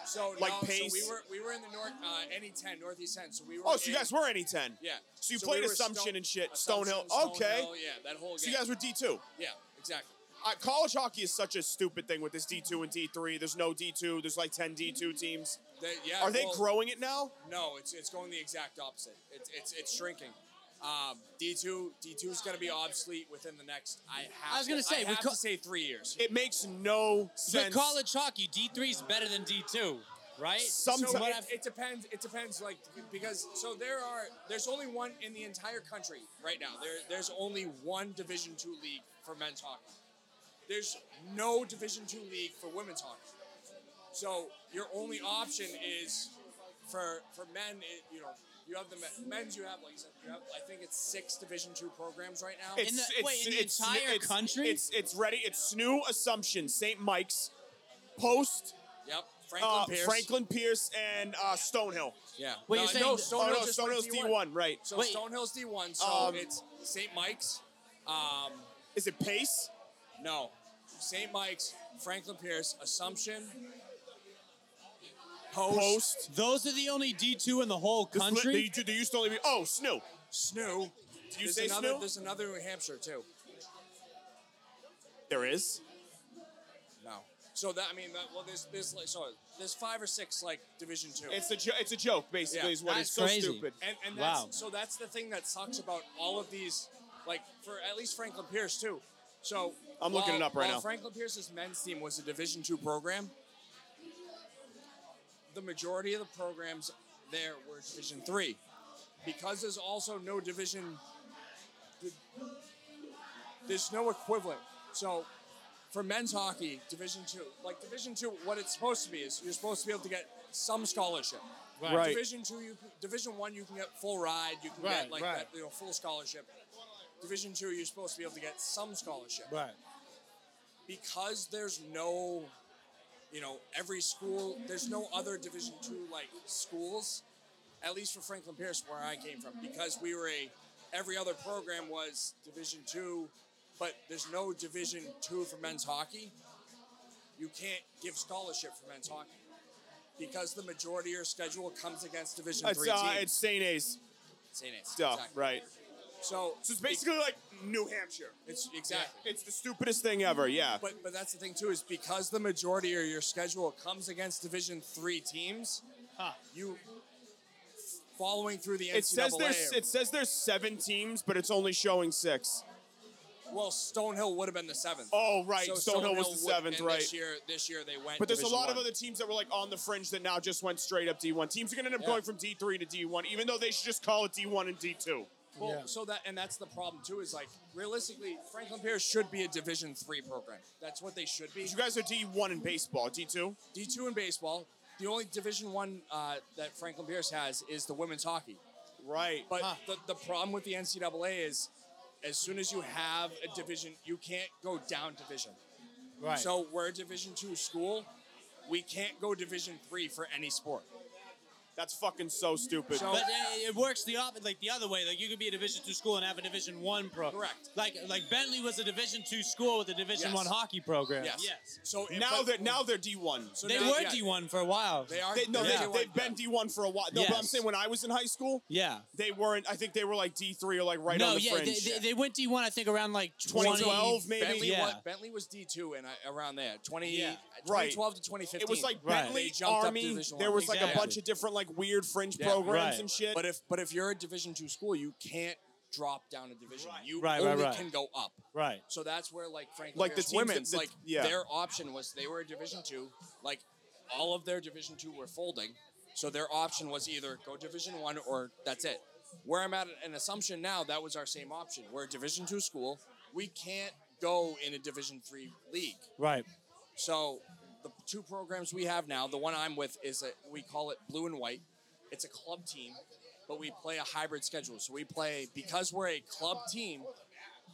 Speaker 6: so
Speaker 1: like,
Speaker 6: no,
Speaker 1: pace?
Speaker 6: So we were we were in the north uh, any ten northeast ten. So we were.
Speaker 1: Oh, so you
Speaker 6: in-
Speaker 1: guys were any ten?
Speaker 6: Yeah.
Speaker 1: So you played
Speaker 6: we were
Speaker 1: Assumption
Speaker 6: Stone-
Speaker 1: and shit,
Speaker 6: Assumption,
Speaker 1: Stonehill, okay.
Speaker 6: Stonehill, yeah, that whole game.
Speaker 1: So you guys were D two.
Speaker 6: yeah, exactly.
Speaker 1: Uh, college hockey is such a stupid thing with this D two and D three. There's no D two. There's like ten D two teams.
Speaker 6: They- yeah,
Speaker 1: Are they
Speaker 6: well,
Speaker 1: growing it now?
Speaker 6: No, it's it's going the exact opposite. It's it's it's shrinking. Um, D two D two is going to be obsolete within the next. I have.
Speaker 2: I was gonna
Speaker 6: to-
Speaker 2: say,
Speaker 6: I
Speaker 2: we
Speaker 6: have
Speaker 2: co-
Speaker 6: to say three years.
Speaker 1: It makes no
Speaker 2: But
Speaker 1: sense.
Speaker 2: college hockey, D three is better than D two, right?
Speaker 1: Sometimes-
Speaker 2: From
Speaker 6: so
Speaker 2: what
Speaker 6: it,
Speaker 2: I've-
Speaker 6: it depends. It depends, like because so there are. There's only one in the entire country right now. There there's only one Division two league for men's hockey. There's no Division two league for women's hockey. So your only option is for for men. It, you know, you have the men, men's. You have like you said, you have. I think it's six Division two programs right now.
Speaker 2: In the- wait, in the entire
Speaker 1: it's-
Speaker 2: country?
Speaker 1: It's it's ready. It's Snoo, Assumption, St. Mike's, Post,
Speaker 6: yep. Franklin
Speaker 1: uh,
Speaker 6: Pierce.
Speaker 1: Franklin Pierce, and uh, Stonehill.
Speaker 6: Yeah.
Speaker 2: Wait,
Speaker 6: no,
Speaker 2: you're saying-
Speaker 6: no,
Speaker 1: Oh
Speaker 6: Stonehill's
Speaker 1: no,
Speaker 6: just went
Speaker 1: Stonehill's D
Speaker 6: D1.
Speaker 1: one, right?
Speaker 6: So
Speaker 2: Wait.
Speaker 6: Stonehill's D1. So
Speaker 1: Um,
Speaker 6: it's St. Mike's. Um,
Speaker 1: Is it Pace?
Speaker 6: no, St. Mike's, Franklin Pierce, Assumption, Post,
Speaker 1: Post?
Speaker 2: those are the only D two in the whole
Speaker 1: This li-
Speaker 2: country.
Speaker 1: They, they used to only be oh Snoo.
Speaker 6: Snoo.
Speaker 1: Did you
Speaker 6: there's
Speaker 1: say
Speaker 6: another,
Speaker 1: Snoo?
Speaker 6: There's another in New Hampshire too.
Speaker 1: There is.
Speaker 6: No. So that I mean, that, well, there's there's like so there's five or six like Division two.
Speaker 1: It's a jo- it's a joke basically.
Speaker 6: Yeah.
Speaker 1: Is what
Speaker 2: That's
Speaker 1: it's so
Speaker 2: crazy.
Speaker 1: stupid.
Speaker 6: And, and that's,
Speaker 2: Wow.
Speaker 6: so that's the thing that sucks about all of these, like for at least Franklin Pierce too. So
Speaker 1: I'm looking
Speaker 6: while-
Speaker 1: it up right
Speaker 6: while
Speaker 1: now.
Speaker 6: Franklin Pierce's men's team was a Division two program. The majority of the programs there were Division three, because there's also no Division. There's no equivalent. So for men's hockey, Division two, like Division two, what it's supposed to be is you're supposed to be able to get some scholarship.
Speaker 2: Right.
Speaker 1: Right.
Speaker 6: Division two, you, Division one, you can get full ride. You can
Speaker 2: Right,
Speaker 6: get like
Speaker 2: right.
Speaker 6: that, you know, full scholarship. Division two, you're supposed to be able to get some scholarship
Speaker 2: right.
Speaker 6: because there's no, you know, every school. There's no other Division two like schools, at least for Franklin Pierce, where I came from, because we were a. Every other program was Division two, but there's no Division two for men's hockey. You can't give scholarship for men's hockey. Because the majority of your schedule comes against Division
Speaker 1: It's
Speaker 6: three
Speaker 1: uh,
Speaker 6: teams.
Speaker 1: it's St. A's
Speaker 6: St. Nate's.
Speaker 1: stuff,
Speaker 6: exactly.
Speaker 1: right?
Speaker 6: So,
Speaker 1: So it's basically like New Hampshire.
Speaker 6: it's exactly.
Speaker 1: It's the stupidest thing ever. Yeah.
Speaker 6: But but that's the thing too is because the majority of your schedule comes against Division three teams,
Speaker 2: Huh.
Speaker 6: you following through the NCAA.
Speaker 1: It says there's it says there's seven teams, but it's only showing six.
Speaker 6: well, Stonehill would have been the seventh.
Speaker 1: Oh right,
Speaker 6: So
Speaker 1: Stonehill was the
Speaker 6: would-
Speaker 1: seventh,
Speaker 6: and
Speaker 1: right?
Speaker 6: This year, this year they went.
Speaker 1: but there's a
Speaker 6: Division
Speaker 1: lot of
Speaker 6: one.
Speaker 1: other teams that were like on the fringe that now just went straight up D1. Teams are gonna end up
Speaker 6: Yeah.
Speaker 1: going from D3 to D1, even though they should just call it D1 and D2.
Speaker 6: Well,
Speaker 2: Yeah.
Speaker 6: so that and that's the problem too is like realistically, Franklin Pierce should be a Division three program. That's what they should be.
Speaker 1: You guys are D1 in baseball, D2.
Speaker 6: D two in baseball. The only Division one uh, that Franklin Pierce has is the women's hockey.
Speaker 1: Right.
Speaker 6: But
Speaker 2: Huh.
Speaker 6: the, the problem with the NCAA is, as soon as you have a division, you can't go down division.
Speaker 2: Right.
Speaker 6: So we're a Division two school. We can't go Division three for any sport.
Speaker 1: That's fucking so stupid.
Speaker 6: So-
Speaker 2: But uh, it, it works the op- like the other way. Like you could be a Division two school and have a Division one pro.
Speaker 6: Correct.
Speaker 2: Like like Bentley was a Division two school with a Division
Speaker 6: Yes.
Speaker 2: one hockey program.
Speaker 6: Yes.
Speaker 2: Yes.
Speaker 6: So it-
Speaker 1: now
Speaker 6: but-
Speaker 1: they're now they're D1.
Speaker 6: so
Speaker 2: They
Speaker 6: now-
Speaker 2: were
Speaker 6: yeah,
Speaker 2: D one for a while.
Speaker 6: They are.
Speaker 1: They, no,
Speaker 2: Yeah.
Speaker 1: they, they've been D1 for a while. No, but I'm
Speaker 2: Yes.
Speaker 1: saying when I was in high school,
Speaker 2: Yeah.
Speaker 1: they weren't. I think they were like D3 or like right
Speaker 2: no,
Speaker 1: on the
Speaker 2: yeah, they,
Speaker 1: fringe.
Speaker 2: they, they went D one I think around like
Speaker 1: 2012 maybe?
Speaker 6: Bentley,
Speaker 2: yeah.
Speaker 6: was, Bentley was D two and I, around there, 20,
Speaker 2: Yeah.
Speaker 6: 2012 to twenty fifteen.
Speaker 1: it was like
Speaker 2: Right.
Speaker 1: Bentley
Speaker 6: They jumped up
Speaker 1: Army.
Speaker 6: Division
Speaker 1: There
Speaker 6: One.
Speaker 1: was like a
Speaker 2: Exactly.
Speaker 1: bunch of different like weird fringe
Speaker 6: Yeah.
Speaker 1: programs
Speaker 2: Right.
Speaker 1: and shit.
Speaker 6: But if but if you're a Division two school, you can't drop down a division. You
Speaker 2: Right, right,
Speaker 6: only
Speaker 2: right.
Speaker 6: can go up.
Speaker 2: Right.
Speaker 6: So that's where like Frank
Speaker 1: Like,
Speaker 6: like
Speaker 1: the
Speaker 6: the
Speaker 1: teams that-
Speaker 6: women's
Speaker 1: that-
Speaker 6: like
Speaker 1: yeah.
Speaker 6: their option was they were a division two, like all of their division two were folding. So their option was either go division one or that's it. Where I'm at an assumption now, that was our same option. We're a division two school. We can't go in a division three league.
Speaker 2: Right.
Speaker 6: So the two programs we have now. The one I'm with is a, we call it Blue and White. It's a club team, but we play a hybrid schedule. So we play because we're a club team.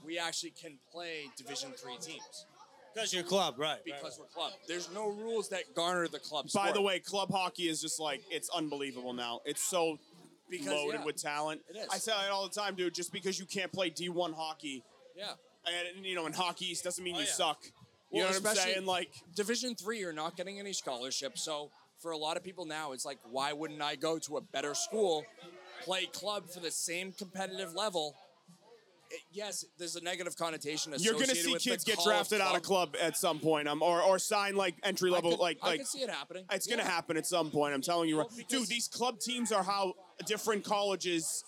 Speaker 6: We actually can play Division Three teams
Speaker 2: Because your club, right?
Speaker 6: because we're club. There's no rules that garner the club.
Speaker 1: By
Speaker 6: sport.
Speaker 1: the way, club hockey is just like it's unbelievable now. It's so
Speaker 6: Because,
Speaker 1: loaded
Speaker 6: yeah.
Speaker 1: with talent.
Speaker 6: It is.
Speaker 1: I tell it all the time, dude. Just because you can't play D1 hockey,
Speaker 6: yeah.
Speaker 1: and you know, in hockey East doesn't mean
Speaker 2: Oh,
Speaker 1: you
Speaker 2: yeah.
Speaker 1: suck. You
Speaker 6: Well,
Speaker 1: know what I'm
Speaker 6: especially-
Speaker 1: saying? Like,
Speaker 6: Division three, you're not getting any scholarships. So for a lot of people now, it's like, why wouldn't I go to a better school, play club for the same competitive level? It- yes, there's a negative connotation
Speaker 1: you're
Speaker 6: associated
Speaker 1: gonna see
Speaker 6: with the
Speaker 1: kids get
Speaker 6: call of
Speaker 1: drafted out of club at some point, um, or or sign like entry
Speaker 6: I
Speaker 1: level,
Speaker 6: could-
Speaker 1: like
Speaker 6: I
Speaker 1: like
Speaker 6: could see it happening.
Speaker 1: It's
Speaker 6: Yeah.
Speaker 1: gonna happen at some point. I'm telling you,
Speaker 6: Well,
Speaker 1: dude.
Speaker 6: because-
Speaker 1: These club teams are how different colleges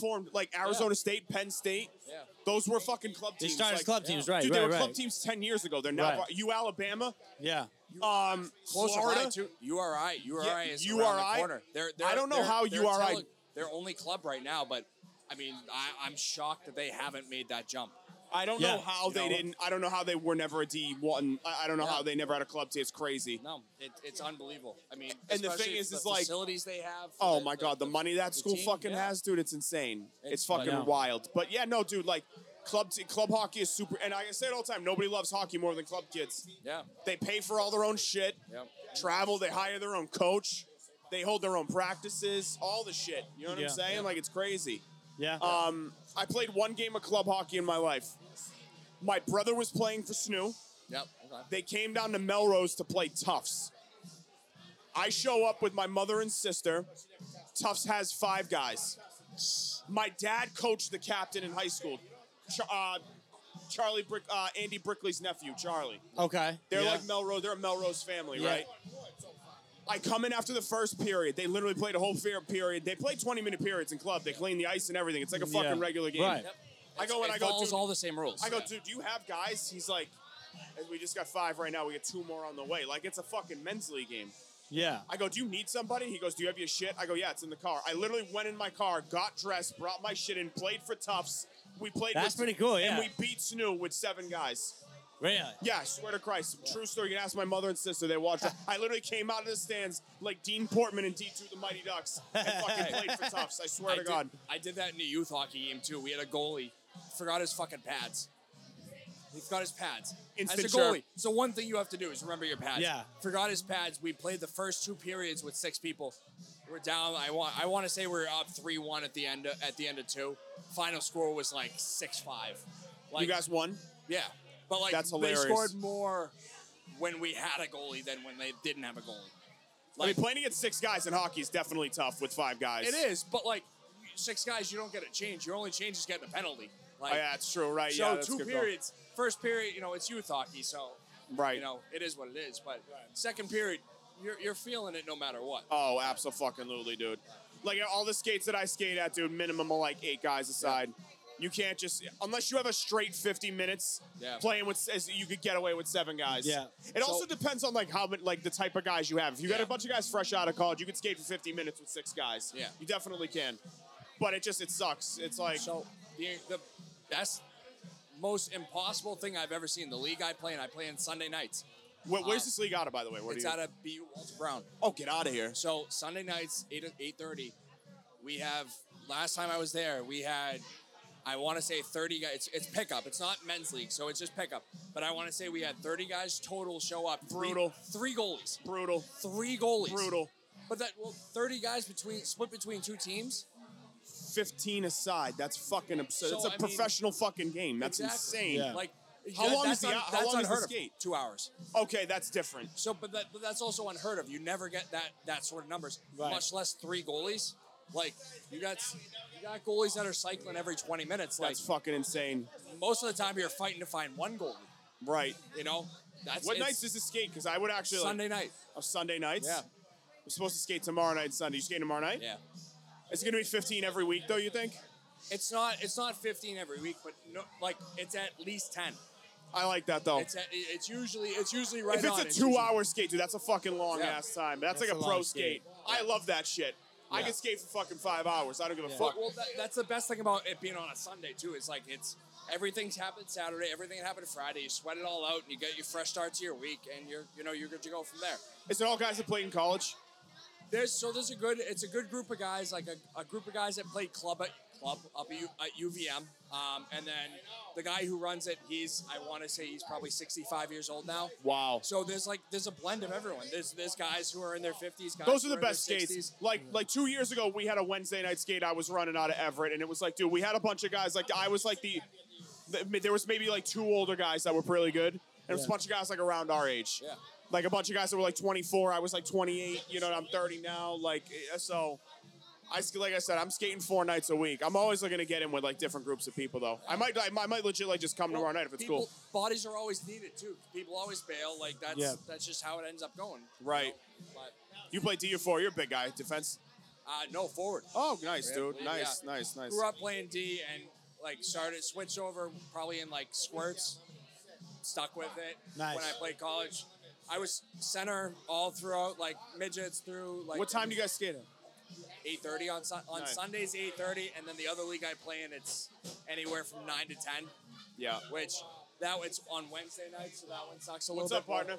Speaker 1: formed, like Arizona State, Penn State.
Speaker 6: Yeah.
Speaker 1: Those were fucking club
Speaker 2: They
Speaker 1: teams.
Speaker 2: started as
Speaker 1: like-
Speaker 2: club teams, right?
Speaker 1: Dude,
Speaker 2: right,
Speaker 1: they were
Speaker 2: right.
Speaker 1: club teams ten years ago. They're now
Speaker 2: Right.
Speaker 1: you Alabama,
Speaker 2: Yeah.
Speaker 1: um,
Speaker 6: Close
Speaker 1: Florida.
Speaker 6: Ohio, too. URI, URI
Speaker 1: Yeah,
Speaker 6: is
Speaker 1: URI.
Speaker 6: around the corner. They're, they're,
Speaker 1: I don't know
Speaker 6: they're-
Speaker 1: how
Speaker 6: they're
Speaker 1: URI
Speaker 6: telling- They're only club right now, but I mean, I, I'm shocked that they haven't made that jump.
Speaker 1: I don't
Speaker 2: Yeah.
Speaker 1: know how they
Speaker 6: know?
Speaker 1: didn't. I don't know how they were never a D one. I, I don't know
Speaker 6: Yeah.
Speaker 1: how they never had a club team. It's crazy.
Speaker 6: No, it, it's unbelievable. I mean,
Speaker 1: And the
Speaker 6: especially
Speaker 1: thing is,
Speaker 6: the
Speaker 1: is like-
Speaker 6: facilities they have.
Speaker 1: Oh my god, the money that
Speaker 6: the
Speaker 1: school
Speaker 6: team,
Speaker 1: fucking
Speaker 6: yeah.
Speaker 1: has, dude, it's insane. It's,
Speaker 6: It's-
Speaker 1: fucking
Speaker 2: yeah.
Speaker 1: wild. But yeah, no, dude, like club t- club hockey is super. And I say it all the time. Nobody loves hockey more than club kids.
Speaker 6: Yeah.
Speaker 1: They pay for all their own shit.
Speaker 6: Yep.
Speaker 1: Travel. They hire their own coach. They hold their own practices. All the shit. You know what
Speaker 2: Yeah.
Speaker 1: I'm saying? Like it's crazy.
Speaker 2: Yeah.
Speaker 1: Um, I played one game of club hockey in my life. My brother was playing for SNU.
Speaker 6: Yep. Okay.
Speaker 1: They came down to Melrose to play Tufts. I show up with my mother and sister. Tufts has five guys. My dad coached the captain in high school, Ch- uh, Charlie Brick, uh, Andy Brickley's nephew, Charlie.
Speaker 2: okay.
Speaker 1: They're
Speaker 2: yeah.
Speaker 1: like Melrose. They're a Melrose family,
Speaker 2: Yeah.
Speaker 1: right? I come in after the first period. They literally played a whole fair period. They play 20 minute periods in club. They clean the ice and everything. It's like a fucking
Speaker 2: Mm, Yeah.
Speaker 1: regular game.
Speaker 2: Right.
Speaker 1: I go
Speaker 6: it
Speaker 1: and I go.
Speaker 6: follows
Speaker 1: "Dude,
Speaker 6: all the same rules.
Speaker 1: I go, dude, do you have guys? He's like, we just got five right now. We got two more on the way. Like, it's a fucking men's league game.
Speaker 2: Yeah.
Speaker 1: I go, do you need somebody? He goes, do you have your shit? I go, yeah, it's in the car. I literally went in my car, got dressed, brought my shit in, played for Tufts. We played.
Speaker 2: That's
Speaker 1: with,
Speaker 2: pretty cool, yeah.
Speaker 1: And we beat Snoo with seven guys.
Speaker 2: Really?
Speaker 1: Yeah, I swear to Christ, true story. You can ask my mother and sister. They watched. it. I literally came out of the stands like Dean Portman in D two the Mighty Ducks and fucking played for Tufts. I swear
Speaker 6: I
Speaker 1: to
Speaker 6: did,
Speaker 1: God.
Speaker 6: I did that in the youth hockey game too. We had a goalie, forgot his fucking pads. He forgot his pads.
Speaker 1: Instant
Speaker 6: As a goalie,
Speaker 1: chirp.
Speaker 6: so one thing you have to do is remember your pads.
Speaker 2: Yeah.
Speaker 6: Forgot his pads. We played the first two periods with six people. We're down. I want. I want to say we're up three one at the end. Of, at the end of two, final score was like six five. Like
Speaker 1: you guys won.
Speaker 6: Yeah, but like
Speaker 1: That's
Speaker 6: they
Speaker 1: hilarious.
Speaker 6: scored more when we had a goalie than when they didn't have a goalie.
Speaker 1: I mean, playing against six guys in hockey is definitely tough with five guys.
Speaker 6: It is, but like six guys, you don't get a change. Your only change is getting a penalty. Like
Speaker 1: Oh, yeah, it's true, right?
Speaker 6: so,
Speaker 1: yeah, that's a
Speaker 6: two
Speaker 1: good call.
Speaker 6: periods. First period, you know, it's youth hockey, so
Speaker 1: Right.
Speaker 6: you know it is what it is. But second period, you're, you're feeling it no matter what.
Speaker 1: Oh, absolutely, dude. Like all the skates that I skate at, dude, minimum of like eight guys aside. You can't just unless you have a straight fifty minutes
Speaker 6: Yeah.
Speaker 1: playing with. As you could get away with seven guys.
Speaker 2: Yeah.
Speaker 1: It also depends on like how many, like the type of guys you have. If you got
Speaker 6: Yeah.
Speaker 1: a bunch of guys fresh out of college, you could skate for fifty minutes with six guys.
Speaker 6: Yeah.
Speaker 1: You definitely can. But it just it sucks. It's like
Speaker 6: So the, the best, most impossible thing I've ever seen. The league I play in, I play in Sunday nights.
Speaker 1: where, where's
Speaker 6: um,
Speaker 1: this league out of by the way? Where
Speaker 6: it's
Speaker 1: do you?
Speaker 6: out of BU Walter Brown.
Speaker 1: oh, get out of here.
Speaker 6: So Sunday nights, eight eight thirty, we have. Last time I was there, we had. I want to say thirty guys. It's, it's pickup. It's not men's league, so it's just pickup. But I want to say we had thirty guys total show up. Three-
Speaker 1: Brutal.
Speaker 6: Three, goalies.
Speaker 1: Brutal.
Speaker 6: Three goalies.
Speaker 1: Brutal.
Speaker 6: But that well, thirty guys between split between two teams.
Speaker 1: Fifteen aside. That's fucking absurd.
Speaker 6: So,
Speaker 1: it's a
Speaker 6: I mean,
Speaker 1: professional fucking game. That's
Speaker 6: Exactly.
Speaker 1: insane.
Speaker 2: Yeah.
Speaker 6: Like
Speaker 1: How long
Speaker 6: that's
Speaker 1: is the-
Speaker 6: un-
Speaker 1: how
Speaker 6: that's
Speaker 1: long is the
Speaker 6: unheard of.
Speaker 1: skate?
Speaker 6: Two hours.
Speaker 1: Okay, that's different.
Speaker 6: So, but, that, but that's also unheard of. You never get that that sort of numbers,
Speaker 2: Right.
Speaker 6: much less three goalies. Like you got you got goalies that are cycling every twenty minutes. Like
Speaker 1: That's fucking insane.
Speaker 6: most of the time, you're fighting to find one goalie.
Speaker 1: Right.
Speaker 6: You know, that's
Speaker 1: What
Speaker 6: it's
Speaker 1: nights does it skate? Because I would actually like-
Speaker 6: Sunday night.
Speaker 1: Oh, Sunday nights.
Speaker 6: Yeah.
Speaker 1: We're supposed to skate tomorrow night. and Sunday. You skate tomorrow night.
Speaker 6: Yeah,
Speaker 1: It's gonna be 15 every week, though. You think?
Speaker 6: it's not it's not fifteen every week, but no, like it's at least ten.
Speaker 1: I like that though.
Speaker 6: It's at, it's usually it's usually right
Speaker 1: Oh. if it's
Speaker 6: on.
Speaker 1: a two-hour skate, dude, that's a fucking long
Speaker 6: Yeah.
Speaker 1: ass time. That's,
Speaker 2: That's
Speaker 1: like a,
Speaker 2: a
Speaker 1: pro
Speaker 2: long
Speaker 1: skate.
Speaker 2: skate.
Speaker 1: I love that shit. I can skate for fucking five hours. I don't give a
Speaker 2: Yeah.
Speaker 1: fuck.
Speaker 6: Well, that, that's the best thing about it being on a Sunday too. Is like it's everything's happened Saturday, everything happened Friday. You sweat it all out, and you get your fresh start to your week, and you're you know you're good to go from there.
Speaker 1: Is it all guys that played in college?
Speaker 6: There's so there's a good it's a good group of guys like a, a group of guys that played club at club up at, U, at UVM, um, and then the guy who runs it, he's I want to say he's probably 65 years old now.
Speaker 1: Wow.
Speaker 6: So there's like there's a blend of everyone. There's there's guys who are in their 50s. Guys
Speaker 1: Those are
Speaker 6: who
Speaker 1: the
Speaker 6: in their
Speaker 1: best skates.
Speaker 6: 60s.
Speaker 1: Like like two years ago, we had a Wednesday night skate. I was running out of Everett, and it was like, dude, we had a bunch of guys. Like I was like the, the- there was maybe like two older guys that were really good, and it was a
Speaker 2: Yeah.
Speaker 1: bunch of guys like around our age.
Speaker 6: Yeah.
Speaker 1: Like a bunch of guys that were like 24. I was like 28. You know, and I'm 30 now. Like eh, so. I sk- like I said, I'm skating four nights a week. I'm always looking to get in with like different groups of people though. I might I might legit like just come tomorrow night if it's
Speaker 6: people,
Speaker 1: cool.
Speaker 6: Bodies are always needed too. People always bail. Like that's
Speaker 2: Yeah.
Speaker 6: that's just how it ends up going. you
Speaker 1: Right.
Speaker 6: know? But
Speaker 1: You play DU4, you're a big guy. Defense.
Speaker 6: uh, no forward.
Speaker 1: Oh, nice, dude.
Speaker 6: Yeah.
Speaker 1: Nice, nice, nice.
Speaker 6: Grew up playing D and like started switch over probably in like squirts. Stuck with it
Speaker 2: Nice.
Speaker 6: when I played college. I was center all throughout, like midgets through like
Speaker 1: What time do you guys skate at?
Speaker 6: Eight thirty on Sun on
Speaker 1: Nice.
Speaker 6: Sundays, eight thirty, and then the other league I play in, it's anywhere from nine to ten,
Speaker 1: Yeah.
Speaker 6: which that it's on Wednesday night, so that one sucks a little
Speaker 1: What's
Speaker 6: bit.
Speaker 1: up,
Speaker 6: more.
Speaker 1: partner?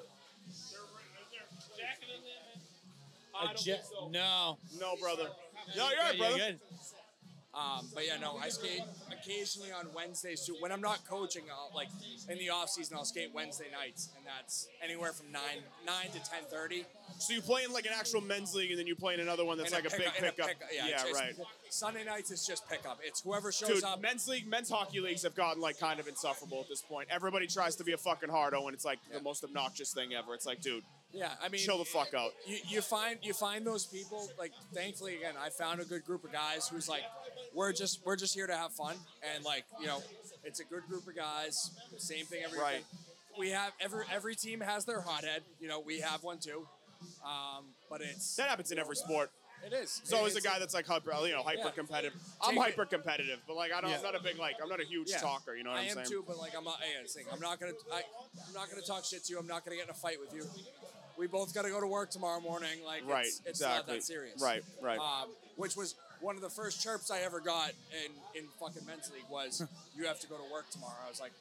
Speaker 2: A ja- no.
Speaker 1: No, brother. No, you're all right,
Speaker 2: Yeah,
Speaker 1: brother.
Speaker 2: good.
Speaker 6: Um, but yeah, no, I skate occasionally on Wednesdays too. When I'm not coaching, I'll like in the off season, I'll skate Wednesday nights, and that's anywhere from nine nine to ten thirty.
Speaker 1: So you play in like an actual men's league, and then you play in another one that's like a, big pickup.
Speaker 6: Yeah,
Speaker 1: yeah,
Speaker 6: it's just-
Speaker 1: right.
Speaker 6: Sunday nights is just pickup. It's whoever shows
Speaker 1: Dude,
Speaker 6: up.
Speaker 1: men's league, men's hockey leagues have gotten like kind of insufferable at this point. Everybody tries to be a fucking hardo, and it's like
Speaker 6: Yeah.
Speaker 1: the most obnoxious thing ever. It's like, dude,
Speaker 6: yeah, I mean,
Speaker 1: chill the fuck out.
Speaker 6: you, you find you find those people like thankfully again I found a good group of guys who's like we're just we're just here to have fun and like you know it's a good group of guys same thing every
Speaker 1: Right.
Speaker 6: we have every every team has their hothead you know we have one too um, but it's
Speaker 1: That happens in every sport.
Speaker 6: it is
Speaker 1: There's always a
Speaker 6: It's-
Speaker 1: guy that's like hyper, you know, hyper competitive. I'm
Speaker 6: Take it.
Speaker 1: hyper competitive, but like I don't, I'm not a big like, I'm not a huge
Speaker 6: yeah.
Speaker 1: talker. You know what
Speaker 6: I
Speaker 1: I'm
Speaker 6: am
Speaker 1: saying?
Speaker 6: too but like I'm not yeah, it's like, I'm not gonna I, I'm not gonna talk shit to you I'm not gonna get in a fight with you we both got to go to work tomorrow morning like
Speaker 1: Right,
Speaker 6: it's, it's
Speaker 1: exactly.
Speaker 6: not that serious
Speaker 1: Right, right.
Speaker 6: um, which was one of the first chirps I ever got in, in fucking men's league was, "You have to go to work tomorrow." I was like,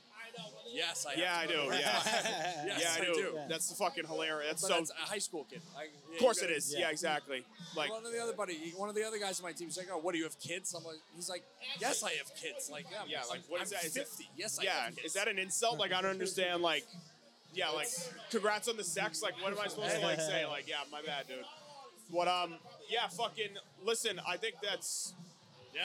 Speaker 6: "Yes, I."
Speaker 1: yeah, I
Speaker 6: have
Speaker 1: do.
Speaker 6: to go to work
Speaker 1: Yeah,
Speaker 6: tomorrow." yes,
Speaker 1: yeah, I do.
Speaker 6: do.
Speaker 1: That's fucking hilarious. That's
Speaker 6: But
Speaker 1: so.
Speaker 6: that's a high school kid. Like, yeah,
Speaker 1: of course
Speaker 6: you
Speaker 1: it
Speaker 6: gotta-
Speaker 1: is. Yeah,
Speaker 2: Yeah.
Speaker 1: exactly. Like,
Speaker 6: one of the other buddy, one of the other guys on my team, he's like, "Oh, what do you have kids?" I'm like, "He's like, yes, I have kids." Like, yeah, I'm-
Speaker 1: Yeah, like, what is
Speaker 6: I'm
Speaker 1: that? Is that-
Speaker 6: 50. yes, I
Speaker 1: yeah,
Speaker 6: have kids.
Speaker 1: is that an insult? Like, I don't understand. Like, yeah, like, congrats on the sex. Like, what am I supposed to like say? Like, yeah, my bad, dude. What um, yeah, fucking. Listen, I think that's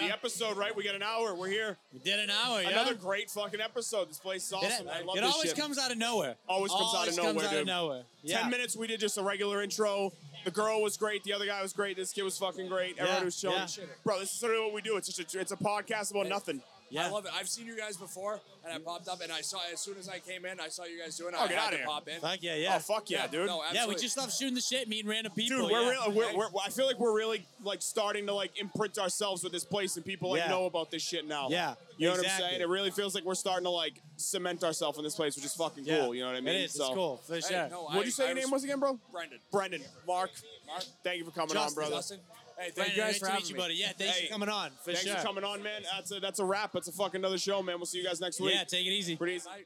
Speaker 1: the episode, right? We got an hour. We're here.
Speaker 2: We did an hour. Yeah?
Speaker 1: Another great fucking episode. This place is
Speaker 2: It,
Speaker 1: awesome. I love
Speaker 2: it
Speaker 1: this
Speaker 2: always
Speaker 1: shit.
Speaker 2: comes out of nowhere.
Speaker 1: Always comes out of
Speaker 2: Always comes
Speaker 1: nowhere,
Speaker 2: out of
Speaker 1: dude.
Speaker 2: nowhere. Yeah.
Speaker 1: Ten minutes. We did just a regular intro. The girl was great. The other guy was great. This kid was fucking great. Everyone
Speaker 2: Yeah,
Speaker 1: was chilling.
Speaker 2: yeah.
Speaker 1: Bro, this is sort of what we do. It's just a, it's a podcast about nothing.
Speaker 2: Yeah.
Speaker 6: I love it. I've seen you guys before, and I popped up, and I saw as soon as I came in, I saw you guys doing. it.
Speaker 1: Oh,
Speaker 6: I
Speaker 1: get
Speaker 6: had
Speaker 1: outta
Speaker 6: to
Speaker 1: here.
Speaker 6: Pop in.
Speaker 2: Fuck yeah, yeah.
Speaker 1: Oh fuck yeah, dude.
Speaker 6: No,
Speaker 2: yeah, we
Speaker 6: absolutely.
Speaker 2: just love shooting the shit, meeting random people.
Speaker 1: Dude, we're,
Speaker 2: yeah.
Speaker 1: real, we're, we're I feel like we're really like starting to like imprint ourselves with this place, and people like
Speaker 2: Yeah.
Speaker 1: know about this shit now.
Speaker 2: Yeah,
Speaker 1: you know what I'm
Speaker 2: exactly.
Speaker 1: saying. It really feels like we're starting to like cement ourselves in this place, which is fucking
Speaker 2: Yeah.
Speaker 1: cool. You know what I mean?
Speaker 2: It is.
Speaker 1: So,
Speaker 2: It's cool for sure.
Speaker 6: no,
Speaker 1: What would you
Speaker 6: I-
Speaker 1: say
Speaker 6: I
Speaker 1: your name
Speaker 6: res-
Speaker 1: was again, bro?
Speaker 6: Brendan.
Speaker 1: Brendan, Mark.
Speaker 6: Mark.
Speaker 1: Thank you for coming on,
Speaker 6: Justin,
Speaker 1: brother.
Speaker 6: Justin. Hey, thank
Speaker 2: Brandon,
Speaker 6: you guys
Speaker 2: nice
Speaker 6: for
Speaker 2: to
Speaker 6: having
Speaker 2: meet you,
Speaker 6: me.
Speaker 2: buddy. Yeah, thanks
Speaker 1: Hey,
Speaker 2: for coming on. For
Speaker 1: Thanks
Speaker 2: sure.
Speaker 1: for coming on, man. That's a that's a wrap. That's a fucking another show, man. We'll see you guys next week.
Speaker 2: Yeah, take it easy.
Speaker 1: Pretty easy.
Speaker 6: Bye.